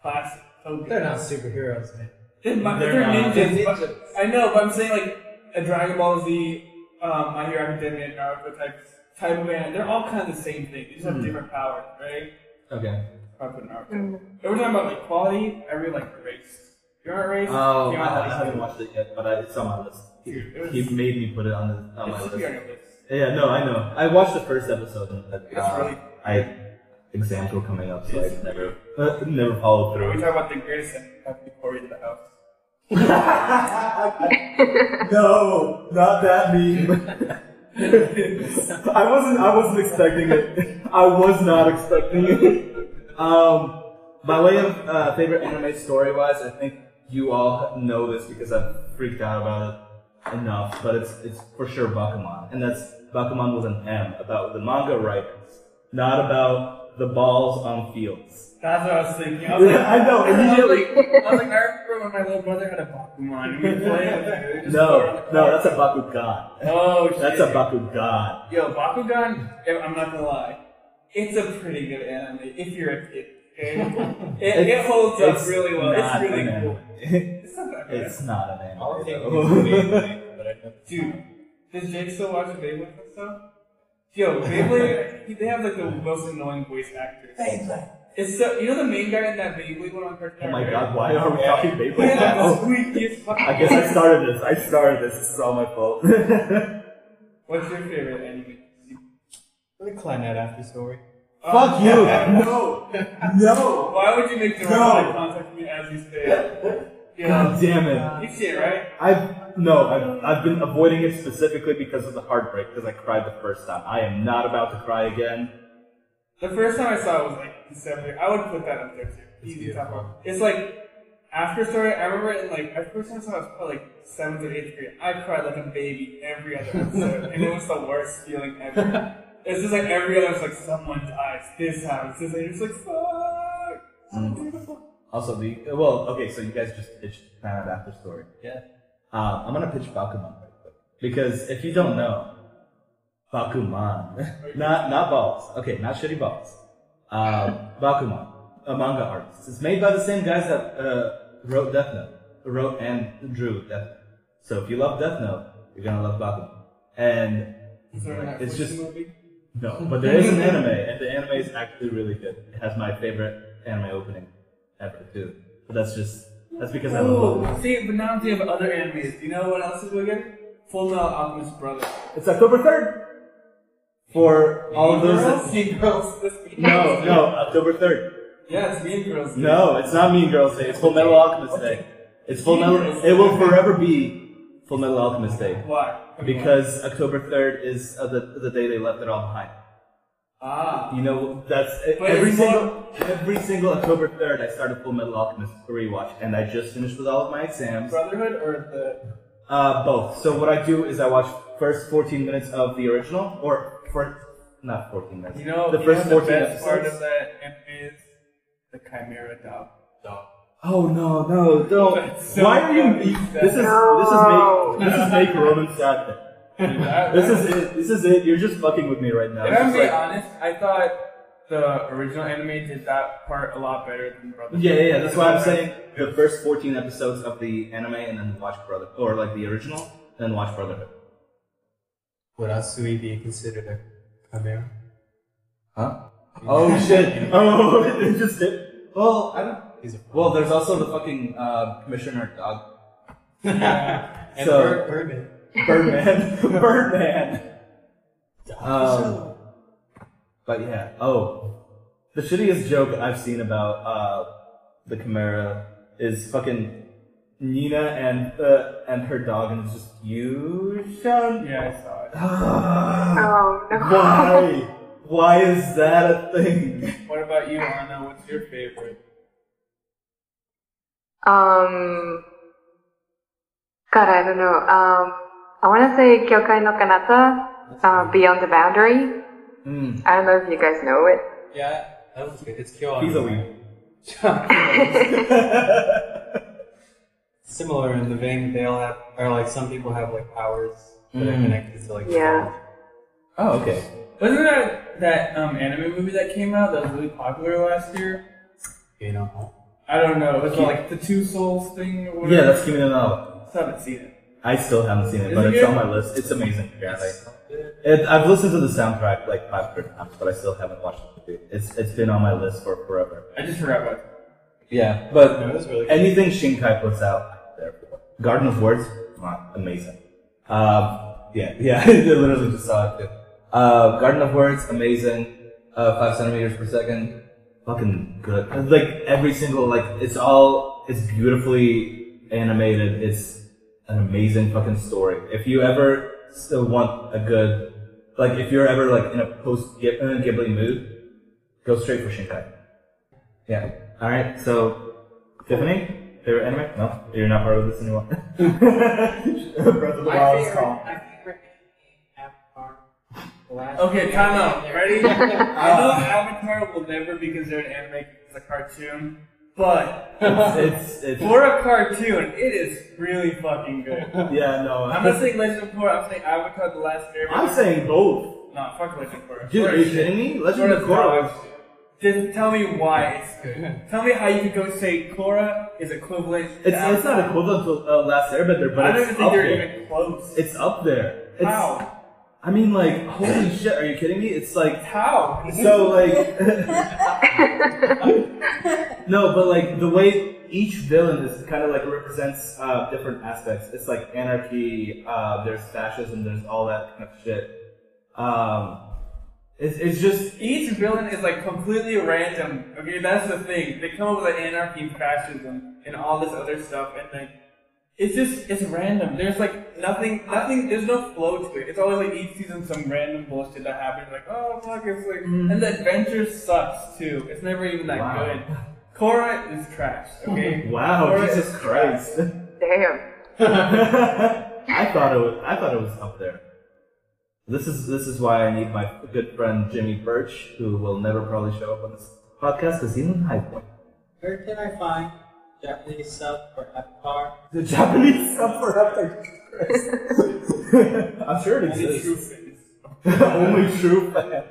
classic. Tokyo.
They're not superheroes, man.
They're, my,
They're
they're,
not.
ninjas.
They're
but-
ninjas.
I know, but I'm saying like a Dragon Ball Z, um, My Hero Academia, Naruto type type of man. They're all kind of the same thing. They just have
Hmm.
different powers, right?
Okay.
Probably put Naruto. If we're talking about like quality, I really like Erased. You aren't Erased?
Oh,
you
I,
aren't
I haven't watched it yet, but I, it's on my list.
Dude, it was-
He made me put it on, the, on my
It should be on
list.
your list.
Yeah, no, I know. I watched the first episode. And, uh,
It's really-
I exams were coming up, so I never uh, never followed
We
through.
talk about the greatest happy Corey in the house.
No, not that meme. I wasn't. I wasn't expecting it. I was not expecting it. Um, by way of uh, favorite anime story wise, I think you all know this because I've freaked out about it enough. But it's it's for sure Bakuman, and that's Bakuman with an M about the manga writers, not about the balls on fields.
That's what I was thinking. I was like,
I know
I was
immediately.
like, I was like, I remember when my little brother had a Pokemon. and We played with it. We just
No,
threw it on the
no,
floor.
that's a Bakugan.
oh shit.
That's a Bakugan.
Yo, Bakugan. if- I'm not gonna lie, it's a pretty good anime if you're a kid. Okay? it, it holds up really well. It's
not
really
an
cool.
anime.
It's not that bad.
It's not an anime.
I'll take it.
though.
but I don't.
Dude, does Jake still watch Beyblade and stuff? Yo, Beyblade, they have like the most annoying voice actors.
Beyblade.
It's so you know the main guy in that Beyblade one on Cartoon
oh my
Network?
god, why are we
Yeah.
talking Beyblade
Yeah,
now?
that's weakest fucking.
I guess I started this. I started this. This is all my fault. Fuck
What's your favorite anime?
Decline that after story.
Um,
you.
No. No.
Why would you make direct
No.
eye contact with me as you say it? Yeah.
God damn it.
You see it, right?
I've no, I've, I've been avoiding it specifically because of the heartbreak. Because I cried the first time. I am not about to cry again.
The first time I saw it was like December. I would put that up there too. Easy top up. It's like after story. I remember it in like I first time I saw it was probably like seventh or eighth grade. I cried like a baby every other episode, and it was the worst feeling ever. It's just like every other it's like someone dies. This happens. This happens. It's like fuck.
Mm. Also, the well, okay, so you guys just pitched Planet After Story.
Yeah.
Uh, I'm gonna pitch Bakuman right quick because if you don't know, Bakuman, not not balls. Okay, not shitty balls. Um, Bakuman, a manga artist. It's made by the same guys that uh, wrote Death Note, wrote and drew Death Note. So if you love Death Note, you're gonna love Bakuman. And
Is there a Netflix
It's just-
movie?
no, but there is an anime, and the anime is actually really good. It has my favorite anime opening ever too. But that's just that's because I love
Oh,
it.
see, but now I'm thinking of other animes. You know what else is really good? Full uh, Metal Alchemist Brother.
It's October third. For all of those, that,
Mean Girls. This Mean
no,
Girls.
no, October third.
Yeah, it's Mean Girls. dude.
No, it's not Mean Girls Day. It's Full Metal Alchemist Day. It's Full
Mean
Metal.
Girls
It will
Day.
forever be Full Metal Alchemist Day
Why?
because October third is uh, the the day they left it all behind.
Ah.
You know, that's e-,
But
every
it's
single every single October third. I started Full Metal Alchemist rewatch, and I just finished with all of my exams.
Brotherhood or
Uh, both. So what I do is I watch first 14 minutes of the original, or first, not 14 minutes.
the you know
the
you
first
know
14
the best part
episodes.
of that anime is the Chimera dog.
Oh no, no, don't!
That's so
Why are you?
funny.
This is this is
No.
make this is make Roman sad.
Dude, I-
This is it. This is it. You're just fucking with me right now.
If I'm
It's
being
like-
honest, I thought the original anime did that part a lot better than Brotherhood.
yeah, yeah, yeah. That's why I'm saying the first 14 episodes of the anime, and then watch Brother, or like the original, then watch Brotherhood.
Would Asui be considered a chimera?
Oh shit! Oh, it just hit. Well, I don't.
He's a
Well, there's also the fucking uh, Commissioner Dog
and
So-
Bird- Birdman.
Birdman. Birdman. Um, but yeah. Oh, the shittiest joke I've seen about uh, the Chimera is fucking Nina and uh, and her dog, and it's just you, Sean.
Yeah, I saw it.
Oh no.
Why? Why is that a thing?
What about you, Anna? What's your favorite?
Um, God, I don't know. Um, I want to say Kyokai no Kanata, uh, Beyond the Boundary.
Mm,
I don't know if you guys know it.
Yeah, that was good. It's Kyo.
um, he's a weeb.
Similar in the vein, they all have, or like some people have like powers that are
Mm.
connected to like.
Yeah.
oh, okay.
Wasn't that that um, anime movie that came out that was really popular last year?
You know.
I don't know. It was like the Two Souls thing
Yeah,
or whatever.
that's Kimi no Na
I still haven't seen it.
wa. I still haven't seen it,
Is
but
it
it's on
good?
my list. It's amazing. Apparently. It, I've listened to the soundtrack like 500 times, but I still haven't watched the movie. It's it's been on my list for forever.
I just forgot about it.
Yeah, but
No, it was really.
anything Shinkai puts out, I'm there for. Garden of Words, mwah, uh, amazing. Um, yeah, yeah, I literally just saw it too. Uh, Garden of Words, amazing. Uh, five centimeters per second, fucking good. Like every single, like it's all, it's beautifully animated. It's an amazing fucking story. If you ever still want a good, like if you're ever like in a post Gib- uh, Ghibli mood, go straight for Shinkai. Yeah. All right. So, Tiffany, favorite anime? No, you're not part of this anymore. Breath of the
My
Wild is
favorite,
calm.
my favorite Avatar. The last
Okay,
anime
time out.
there.
Ready? I know Avatar will never be considered anime because it's a cartoon, but
It's, it's,
for a cartoon, it is really fucking good.
yeah, no.
I'm not saying Legend of Korra, I'm saying Avatar The Last Airbender.
I'm saying both.
No, fuck Legend of Korra.
Dude,
Korra
are you
shit.
kidding me? Legend
Korra's
of Korra.
dog. Just tell me why it's good. tell me how you could go say Korra is equivalent
It's,
to
it's not
Avatar.
equivalent to uh, Last Airbender, but
I don't
it's
even
up
think they're
there.
even close.
It's up there. It's,
how?
I mean, like, holy shit, are you kidding me? It's like,
How?
so, like, no, but, like, the way each villain is kind of, like, represents uh, different aspects. It's, like, anarchy, uh, there's fascism, there's all that kind of shit. Um, it's, it's just,
Each villain is like completely random. Okay, that's the thing. They come up with like anarchy, fascism, and all this other stuff, and like it's just it's random. There's like nothing, nothing. There's no flow to it. It's always like each season some random bullshit that happens. Like oh fuck, it's like and the adventure sucks too. It's never even that
Wow.
good. Korra is trash. Okay.
wow,
Korra
Jesus
is
Christ.
Damn.
I thought it was. I thought it was up there. This is this is why I need my good friend Jimmy Birch, who will never probably show up on this podcast because he's in high point.
Where can I find Japanese sub for Avatar?
The Japanese suffer up there. I'm sure it
Only true
exists.
fans.
Only true. fan.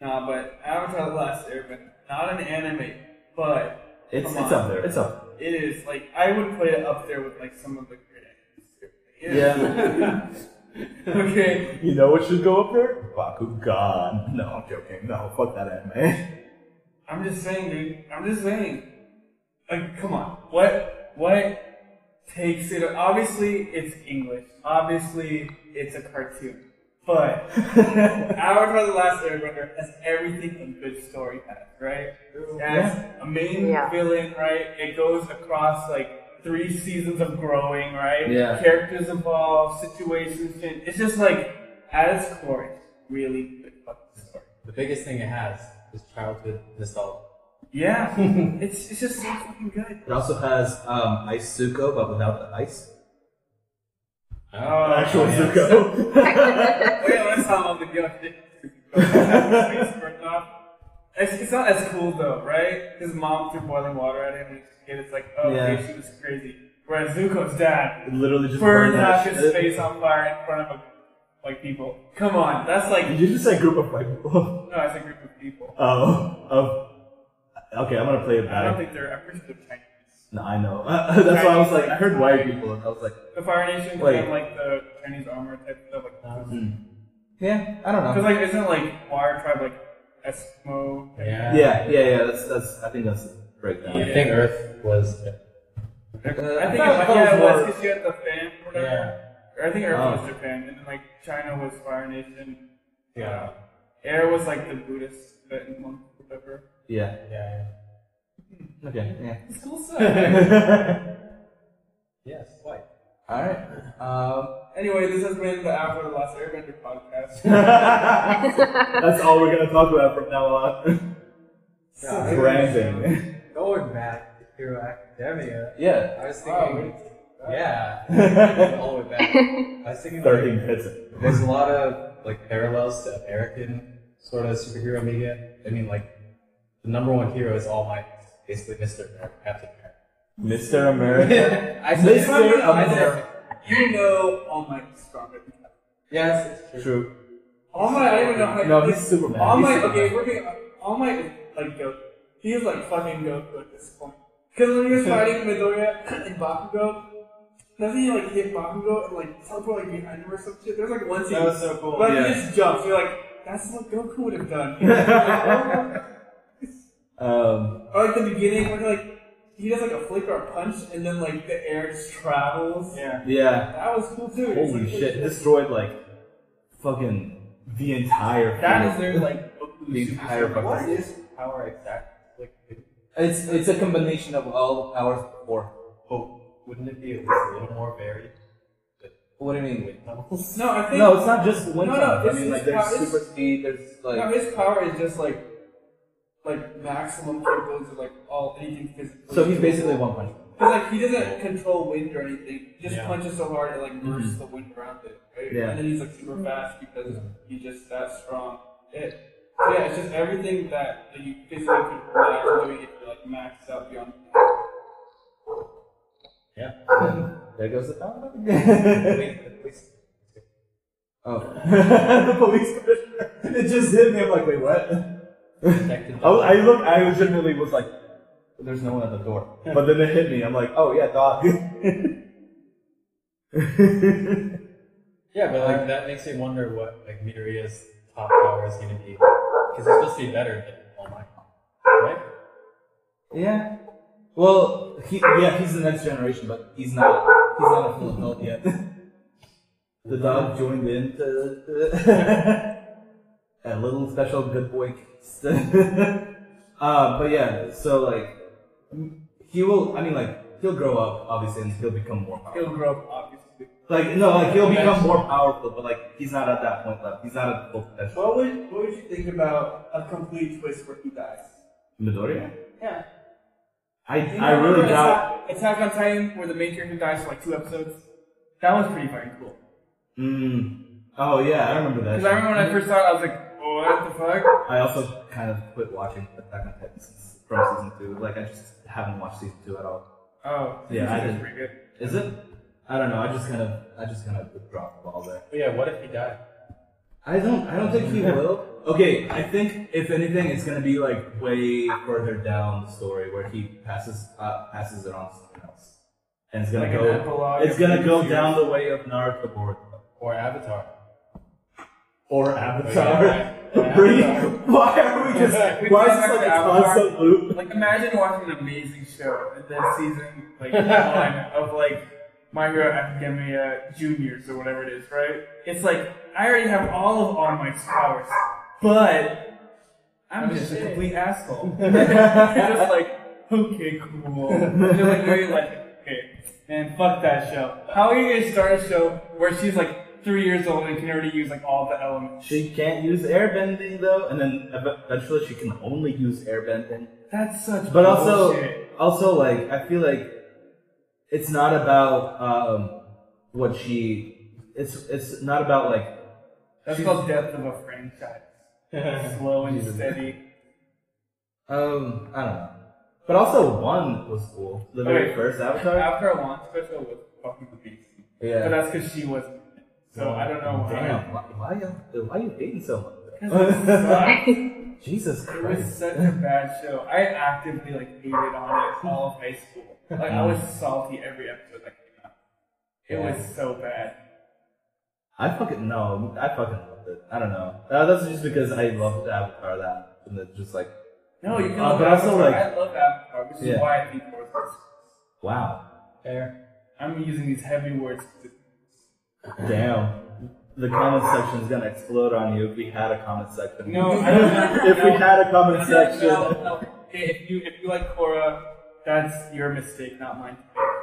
Nah, but Avatar: The Last Airbender, not an anime, but
It's
Come
it's
on.
up there. It's up.
It is like I would put it up there with like some of the great
Yeah.
actors. okay.
You know what should go up there? Bakugan. No, I'm joking. No, fuck that anime.
I'm just saying, dude. I'm just saying. Like, come on. What? What takes it? Obviously, it's English. Obviously, it's a cartoon. But Avatar: The Last Airbender has everything a good story has, right? It has a main
Yeah.
villain, right? It goes across like three seasons of growing, right?
Yeah.
Characters evolve, situations change. It's just like at its core, it's really good fucking story.
The biggest thing it has is childhood nostalgia.
Yeah, it's it's just so fucking good.
It also has um, Ice Zuko, but without the ice.
Oh,
Actual
yeah.
Zuko.
Wait, when I saw him on the young shit. it's, it's not as cool though, right? His mom threw boiling water at him, and his kid is like, "Oh,
Yeah.
okay, she was crazy." Whereas Zuko's dad
Literally just
burned
burned that
half his
shit.
face on fire in front of like people. Come on, that's like
Did you just say group of white people?
no, it's a group of people.
Oh, of. Okay, I'm gonna play it
I
back.
don't think they're. I'm pretty sure they're Chinese.
no, I know. that's why I was like, I heard white people, and I was like,
The Fire Nation
Wait.
and like the Chinese armor type stuff, like
yeah, I don't
because like isn't like Wire tribe like Eskimo?
Yeah.
Yeah, yeah, yeah. That's that's. I think that's the breakdown.
I think Earth was.
I think
Uh,
it
I
might-
thought it
yeah, it
was
was because you had the fam or whatever. Or I think Earth
Oh.
was Japan, and then like China was Fire Nation.
Yeah.
Air was like the Buddhist Tibetan monk, whatever.
Yeah.
Yeah.
Okay. Yeah.
It's cool stuff.
Yes. White.
All right. Um,
anyway, this has been the After the Last Airbender podcast.
that's all we're gonna talk about from now on.
Yeah.
Branding.
Going back to Hero Academia,
Yeah.
I was
Wow,
thinking. yeah. all the way back. I was thinking. like,
Thirteen hits.
There's a lot of like parallels to American sort of superhero media. I mean, like the number one hero is All Might, basically Mister America, Captain
Mr. America.
America. I
Mr.
I said-
America.
you know All Might is stronger than Captain.
Yes, it's
True.
true.
All Might, I don't even know how
No, he's Superman.
All
He's
Might,
Superman.
okay, if we're being, All Might is like Goku. He's like fucking Goku at this point. Because when he was fighting Midoriya and Bakugo, doesn't he like hit Bakugo and like teleport like behind him or some shit? There's like one scene.
That was so cool.
But
Yeah.
he just jumps. You're like, that's what Goku would have done.
Um,
or like the beginning where he like he does like a flick or a punch, and then like the air just travels.
Yeah.
Yeah.
That was cool too. It's
Holy
like-
shit! Destroyed like fucking the entire.
That is
field.
their like
the entire fucking.
What is power exactly? Like,
It's it's a combination of all the powers before.
Oh, wouldn't it be at least a little more varied?
What do you mean?
Wind tunnels?
No, I think
No, it's not just wind
No, no,
tunnels. I
it's-
mean, like
it's
there's
not- it's-
super speed. There's like
no, his power is just like like maximum capabilities of like all anything physically.
so he's
doable.
basically one punch.
Because like he doesn't control wind or anything. He just
Yeah.
punches so hard it like bursts the wind around it. Right?
Mm-hmm. Yeah.
And then he's like super fast because he's just that strong. It, so yeah, it's just everything that you physically control that's doing it like maxed out beyond.
There goes the power. oh, the police commissioner. It just hit me. I'm like, wait, what?
Protected
I, was- I look. I legitimately was like, there's no one at the door. But then it hit me. I'm like, oh yeah, dog.
Yeah, but
Uh,
like that makes me wonder what like Midoriya's top power is going to be because it's supposed to be better than All Might, right?
yeah. Well, he, yeah, he's the next generation, but he's not. He's not a full adult yet. the dog joined in to, to a little special good boy. kiss. uh, but yeah, so like he will. I mean, like he'll grow up obviously, and he'll become more powerful.
He'll grow up obviously.
Like no, like he'll become more powerful, but like he's not at that point left. He's not at full potential.
What would what would you think about a complete twist where he dies?
Midoriya.
Yeah.
I
You
I
remember
really doubt.
Attack, Attack on Titan where the main character dies for like two episodes. That was pretty fucking cool.
Mm. Oh yeah, I remember that.
Because I remember when I first saw it, I was like, what the fuck?
I also kind of quit watching Attack on Titan since- from season two. Like I just haven't watched season two at all.
Oh,
Yeah, I
this is
did.
pretty good.
Is it? I don't know. I just kind of I just kind of dropped the ball there.
But yeah, what if he died?
I don't I don't think he will. Okay, I think if anything, it's gonna be like way further down the story where he passes uh, passes it on to someone else, and it's gonna
Like an
go.
epilogue
It's
of
gonna go
Frontiers.
down the way of Naruto Boruto.
Or Avatar?
Oh,
Or Avatar.
Yeah, right.
Bree,
Avatar.
why are we just,
We
why is
go
this like
back to
a
Avatar.
constant loop?
Like, imagine watching an amazing show and then season like one of like My Hero Academia Juniors or whatever it is, right? It's like I already have all of All Might's powers, but I'm just a complete asshole. just like, okay, cool. Just like very like, okay, man, fuck that show. How are you gonna start a show where she's like three years old and can already use like all the elements?
She can't use airbending though, and then ev- eventually she can only use airbending.
That's such
But also,
bullshit.
also like I feel like it's not about um, what she. It's it's not about like
That's called death of a franchise. Slow and steady.
um I don't know. But also one was cool. The very
Okay.
first Avatar.
After I launched special was fucking the beast. But
Yeah.
that's because she was. So I don't know why.
Damn. Why, why y'all? Why you dating so much?
It sucked.
Jesus
It was
Christ.
such a bad show. I actively like hated on it all of high school. Like I was salty every episode that came out. It was so bad.
I fucking no. I fucking loved it. I don't know. Uh, that's just because I loved Avatar that, and it's just like
No, you can
Uh,
love
but also,
Avatar.
like-
I love Avatar, which is
Yeah.
why I think it was.
wow.
Fair.
I'm using these heavy words. To,
Damn. The comment section is gonna explode on you if we had a comment section.
No, I don't-
if we
no.
had a comment
No,
section.
no, no. Okay, if you if you like Korra, that's your mistake, not mine.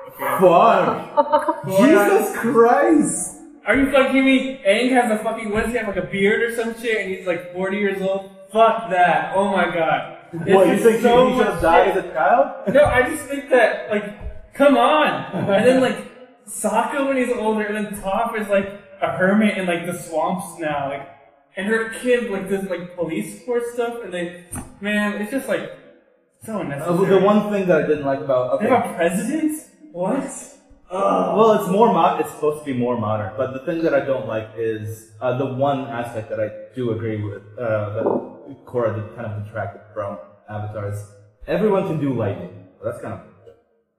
Okay.
Fuck!
Korra-
Jesus Christ!
Are you fucking me? Aang has a fucking, what does he have, like a beard or some shit, and he's like 40 years old? Fuck that. Oh my god. This
What, you
is
think
so
he he
much
just died as
shit.
a child?
No, I just think that, like, come on. And then, like, Sokka when he's older, and then Toph is, like, a hermit in, like, the swamps now. Like, and her kid, like, does, like, police force stuff, and they, man, it's just, like, so
Uh,
unnecessary.
the one thing that I didn't like about
They
okay,
have a president? What?
Uh, well, it's more mod. It's supposed to be more modern, but the thing that I don't like is uh, the one aspect that I do agree with uh, that Korra did kind of detracted from Avatar is everyone can do lightning. Well, that's kind of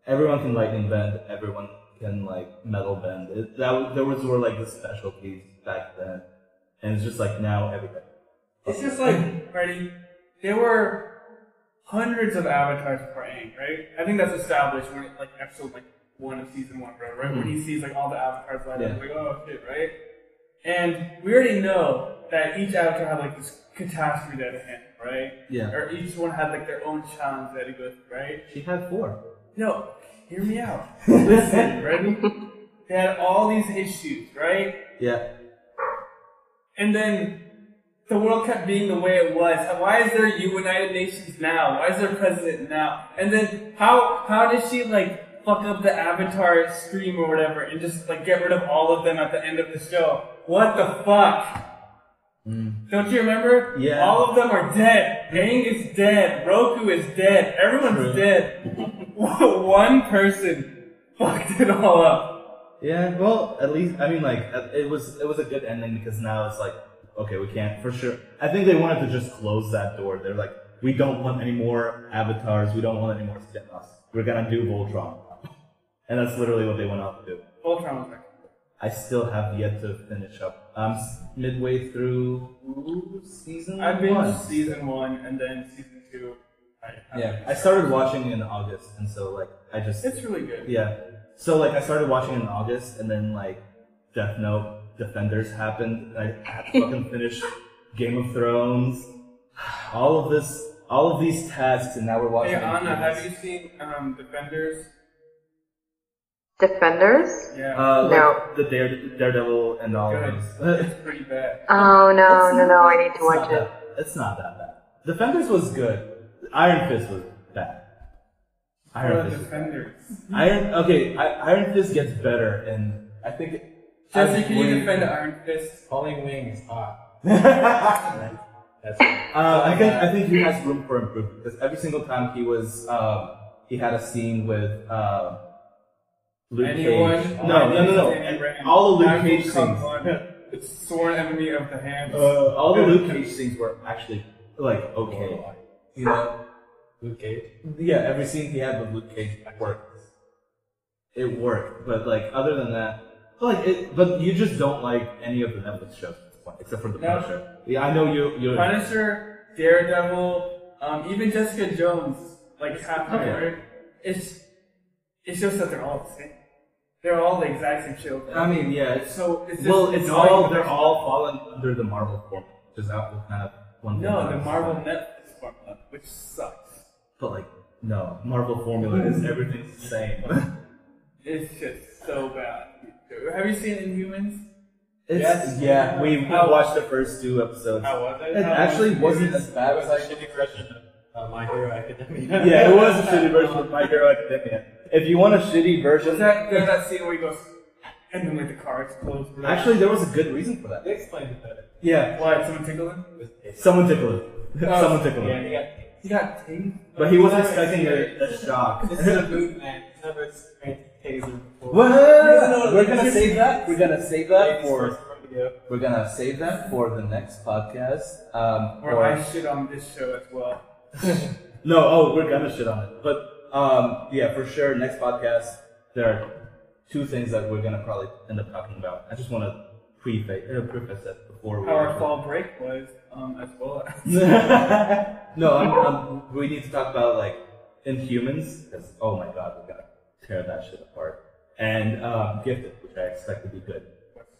everyone can lightning bend. Everyone can like metal bend. It, that there was were like the specialties back then, and it's just like now everybody.
It's just like, ready? They were hundreds of avatars praying, right? I think that's established when it, like episode like one of season one, bro, right? When he sees like all the avatars light up, like oh shit, right? And we already know that each avatar had like this catastrophe that it handled, right?
Yeah.
Or each one had like their own challenge that it goes, through, right?
She had four.
No, hear me out. Listen, ready? They had all these issues, right?
Yeah.
And then the world kept being the way it was. Why is there United Nations now? Why is there president now? And then how how did she like fuck up the Avatar stream or whatever and just like get rid of all of them at the end of the show? What the fuck? Don't you remember?
Yeah.
All of them are dead. Aang is dead. Roku is dead. Everyone's dead. One person fucked it all up.
Yeah. Well, at least I mean, like uh, it was it was a good ending because now it's like okay, we can't for sure. I think they wanted to just close that door. They're like, we don't want any more avatars. We don't want any more spin-offs. We're gonna do Voltron, and that's literally what they went out to do.
Voltron was like,
I still have yet to finish up. I'm s- midway through season
I
one.
binged season one and then season two. I, I
Yeah, I started watching in August, and so like I just
It's really good.
yeah. So like I started watching in August, and then like Death Note, Defenders happened. And I had to fucking finished Game of Thrones. All of this, all of these tasks, and now we're watching.
Hey Anna,
Infamous.
have you seen um, Defenders?
Defenders?
Yeah,
Uh, like,
No.
the Dare, Daredevil and all
good.
of those.
it's pretty bad.
Oh no,
It's
no, no! I need to
It's not
watch it.
that- It's not that bad. Defenders was good. Iron Fist was bad.
Or
Iron Fist. was bad.
Defenders.
Iron. Okay, I, Iron Fist gets better, and I think.
Jesse, can you
Wait.
defend Iron Fist?
Calling Wing is hot.
uh,
That's it.
I think I think he has room for improvement because every single time he was um, he had a scene with um, Luke
Anyone?
Cage. No, no, no, no.
Anyone right now?
All the Luke
Time will
Cage
come
scenes.
on. It's sworn enemy of the hand.
Uh, all the Luke Cage scenes were actually like okay. You know,
Luke Cage.
yeah, every scene he had with Luke Cage worked. It worked, but like other than that, but, like it, but you just don't like any of the Netflix shows at this point, except for the
No.
Punisher. Yeah, I know you. You.
Punisher, Daredevil, um, even Jessica Jones, like half
Okay.
okay. It's it's just that they're all the same. They're all the exact same show.
I mean, yeah, it's
so it's just
well, it's
annoying
all
when
they're
there's-
all falling under the Marvel formula, because that was kind of one.
No,
thing
the
that-
Marvel Netflix formula, which sucks.
But like, no, Marvel formula is everything's the same.
It's just so bad. Have you seen Inhumans?
it's,
Yes.
Yeah, we we
How-
watched the first two episodes.
How was it?
It
How
actually
was it?
wasn't
It was-
as bad
It was
as
a
I-
shitty version of uh, My Hero Academia.
yeah, it was a shitty version of My Hero Academia. If you want a shitty version,
Is that there's that scene where he goes and then like the car explodes? or whatever?
actually there was a good reason for that.
They explained it better.
Yeah,
why someone tickled him?
It was tasty.
someone tickled him.
Oh,
someone tickled
Yeah,
him.
he got.
He got tinged.
But he wasn't expecting a, a shock.
This is a boot man. He's never experienced taser before.
What?
no,
We're
this
gonna
is-
save that. We're gonna save that
Ladies
for.
first, we're gonna go.
We're gonna save that for the next podcast. Um,
Or I shit on this show as well.
No, oh, we're gonna shit on it. But um, yeah, for sure. Next podcast, there are two things that we're gonna probably end up talking about. I just want to preface, uh, preface that before we.
How our fall break was, um, as well as
no, I'm, I'm, we need to talk about like Inhumans because oh my god, we're gonna tear that shit apart. And um, Gifted, which I expect to be good.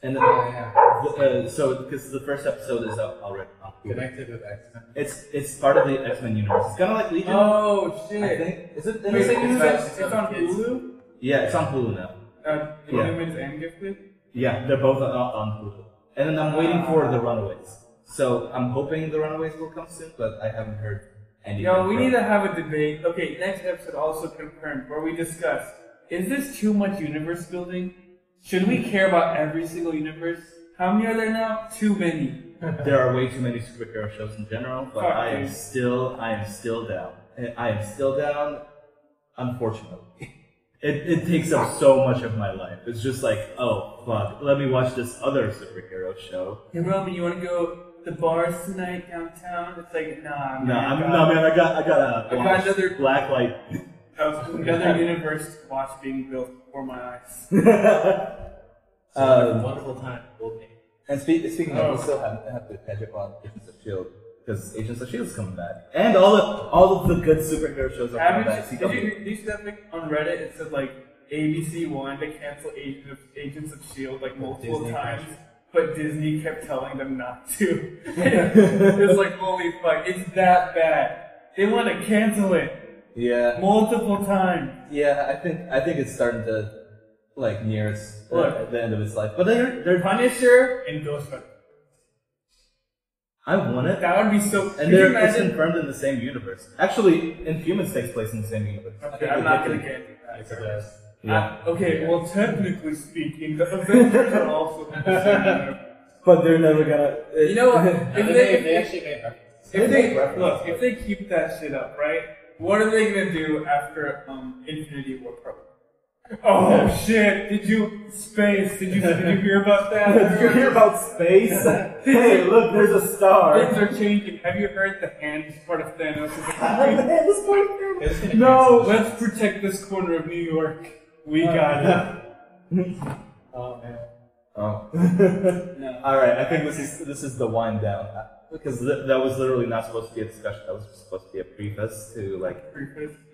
And
Yeah,
uh,
yeah.
uh, so, because the first episode is up already. on Hulu.
Connected with X Men.
It's it's part of the X Men universe. It's kind of like Legion.
Oh shit!
I think is it? in the
Wait,
same
it's,
universe?
on- it's on Hulu.
Yeah, it's on Hulu now.
Uh,
Yeah.
Inhumans and Gifted.
Yeah, they're both on, on Hulu. And then I'm waiting for The Runaways. So I'm hoping The Runaways will come soon, but I haven't heard anything.
No, we
from-
need to have a debate. Okay, next episode also confirmed where we discuss: Is this too much universe building? Should we care about every single universe? How many are there now? Too many.
There are way too many superhero shows in general, but
Fuck,
I am
dude.
still, I am still down. And I am still down. Unfortunately, it it takes up so much of my life. It's just like, oh fuck, let me watch this other superhero show.
Hey Roman, you want to go to the bars tonight downtown? It's like, nah, man.
No, I'm,
Oh God.
no man, I got, I got a
I got
black,
another-
black light.
I was another universe to watch being built before my eyes.
So,
Um,
wonderful time. Old name.
and spe- speaking
E
Oh.
of, we still have, have to catch up on Agents of Shield.
because Agents of Shield's E coming back, and all of all of the good superhero shows are coming back.
Haven't you, did
CW.
you did you see that thing on Reddit? It said like ABC wanted to cancel Agents of, Agents of Shield E like multiple
Disney
times, but Disney kept telling them not to. it was like holy fuck, it's that bad. They want to cancel it
Yeah,
multiple times.
yeah. I think I think it's starting to like near its
Look.
the end of its life. But they're they're.
Punisher and Ghostbusters.
I want it.
That would be so. could
And
you
they're it's
imagine?
confirmed in the same universe. Actually, Inhumans takes place in the same universe. I
Okay,
think
I'm
they
not
did it.
gonna get into that.
It's a mess.
Yeah.
Uh, okay, well, technically speaking, the Avengers are also in the same universe.
But they're never gonna.
You know what? If they,
they,
if
they
they
actually made references.
If they look, if they keep that shit up, right? What are they gonna do after um, Infinity War? Pro? Oh shit! Did you space? Did you did you hear about that?
Did you hear about space? hey, look, there's a
Things
star.
are changing. Have you heard the hand is part of Thanos?
They're just gonna
no, Uh,
cancel
let's protect this corner of New York. We got
it. Oh man.
Oh.
it. No.
All right. I think this is this is the wind down because th- that was literally not supposed to be a discussion. That was supposed to be a preface to like.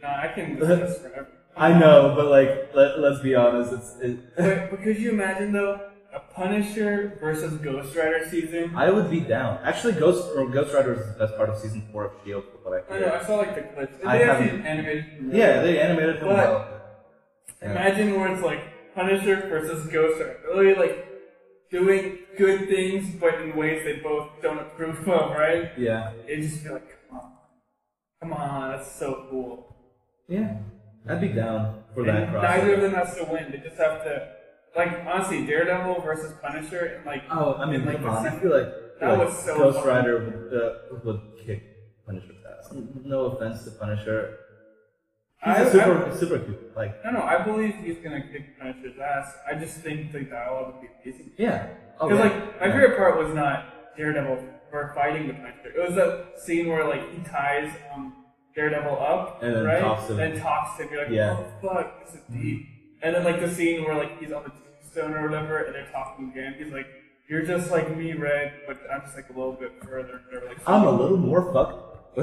No, I can discuss forever.
I know, but like, let, let's be honest. It's. It,
But, but could you imagine though, a Punisher versus Ghost Rider season?
I would be down. Actually, Ghost or Ghost Rider is the best part of season four of Shield, from what I
I know.
hear.
I saw like the clips. They
I
actually
haven't-
animated. it really
Yeah, they animated him
But-
well. Yeah.
Imagine where it's like Punisher versus Ghost Rider, really like doing good things, but in ways they both don't approve of, right?
Yeah.
It'd just be like, come on, come on, that's so cool.
Yeah, I'd be down for that.
And neither
Process.
of them has to win. They just have to, like, honestly, Daredevil versus Punisher, and like,
Oh, I mean,
Like,
come on.
it's-
I feel like,
that
like
was so
Ghost
fucking-
Rider would, uh, would kick Punisher's ass. No offense to Punisher. He's
I,
a
I,
super, super cute. Like,
no, no, I believe he's gonna kick Punisher's ass. I just think the dialogue would be amazing.
yeah. Oh,
Because
yeah.
like my
Yeah.
favorite part was not Daredevil or fighting the Punisher. It was that scene where like he ties um, Daredevil up,
And then
right?
talks to him.
And talks to him. You're like,
Yeah.
oh fuck, this is deep. And then like the scene where like he's on the tombstone or whatever, and they're talking again. He's like, you're just like me, Red, but I'm just like a little bit further. And they're like,
I'm a little more fucked.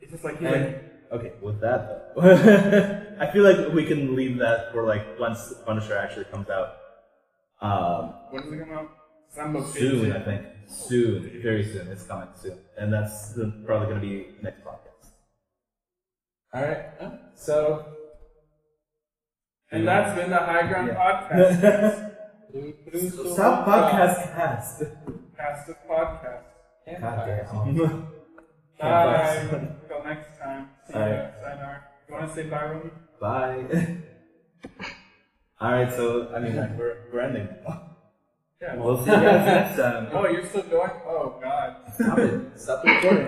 It's just like he's
And,
like,
okay, with that though, I feel like we can leave that for like once Punisher actually comes out. Um,
when does it come out? Some of
soon, I think. Soon, very soon. It's coming soon, and that's the, probably going to be next podcast. All right. So
And that's been the High Ground Podcast.
stop podcast cast.
Cast of podcast.
Podcast.
Bye.
Podcast.
Until next time. See ya.
All right.
Sayonara. You want to say bye, Roman?
Bye. All right. So I mean, like, we're we're ending.
Yeah.
We'll see you guys next time.
Oh, you're still going? Oh, God.
Stop it. Stop the recording.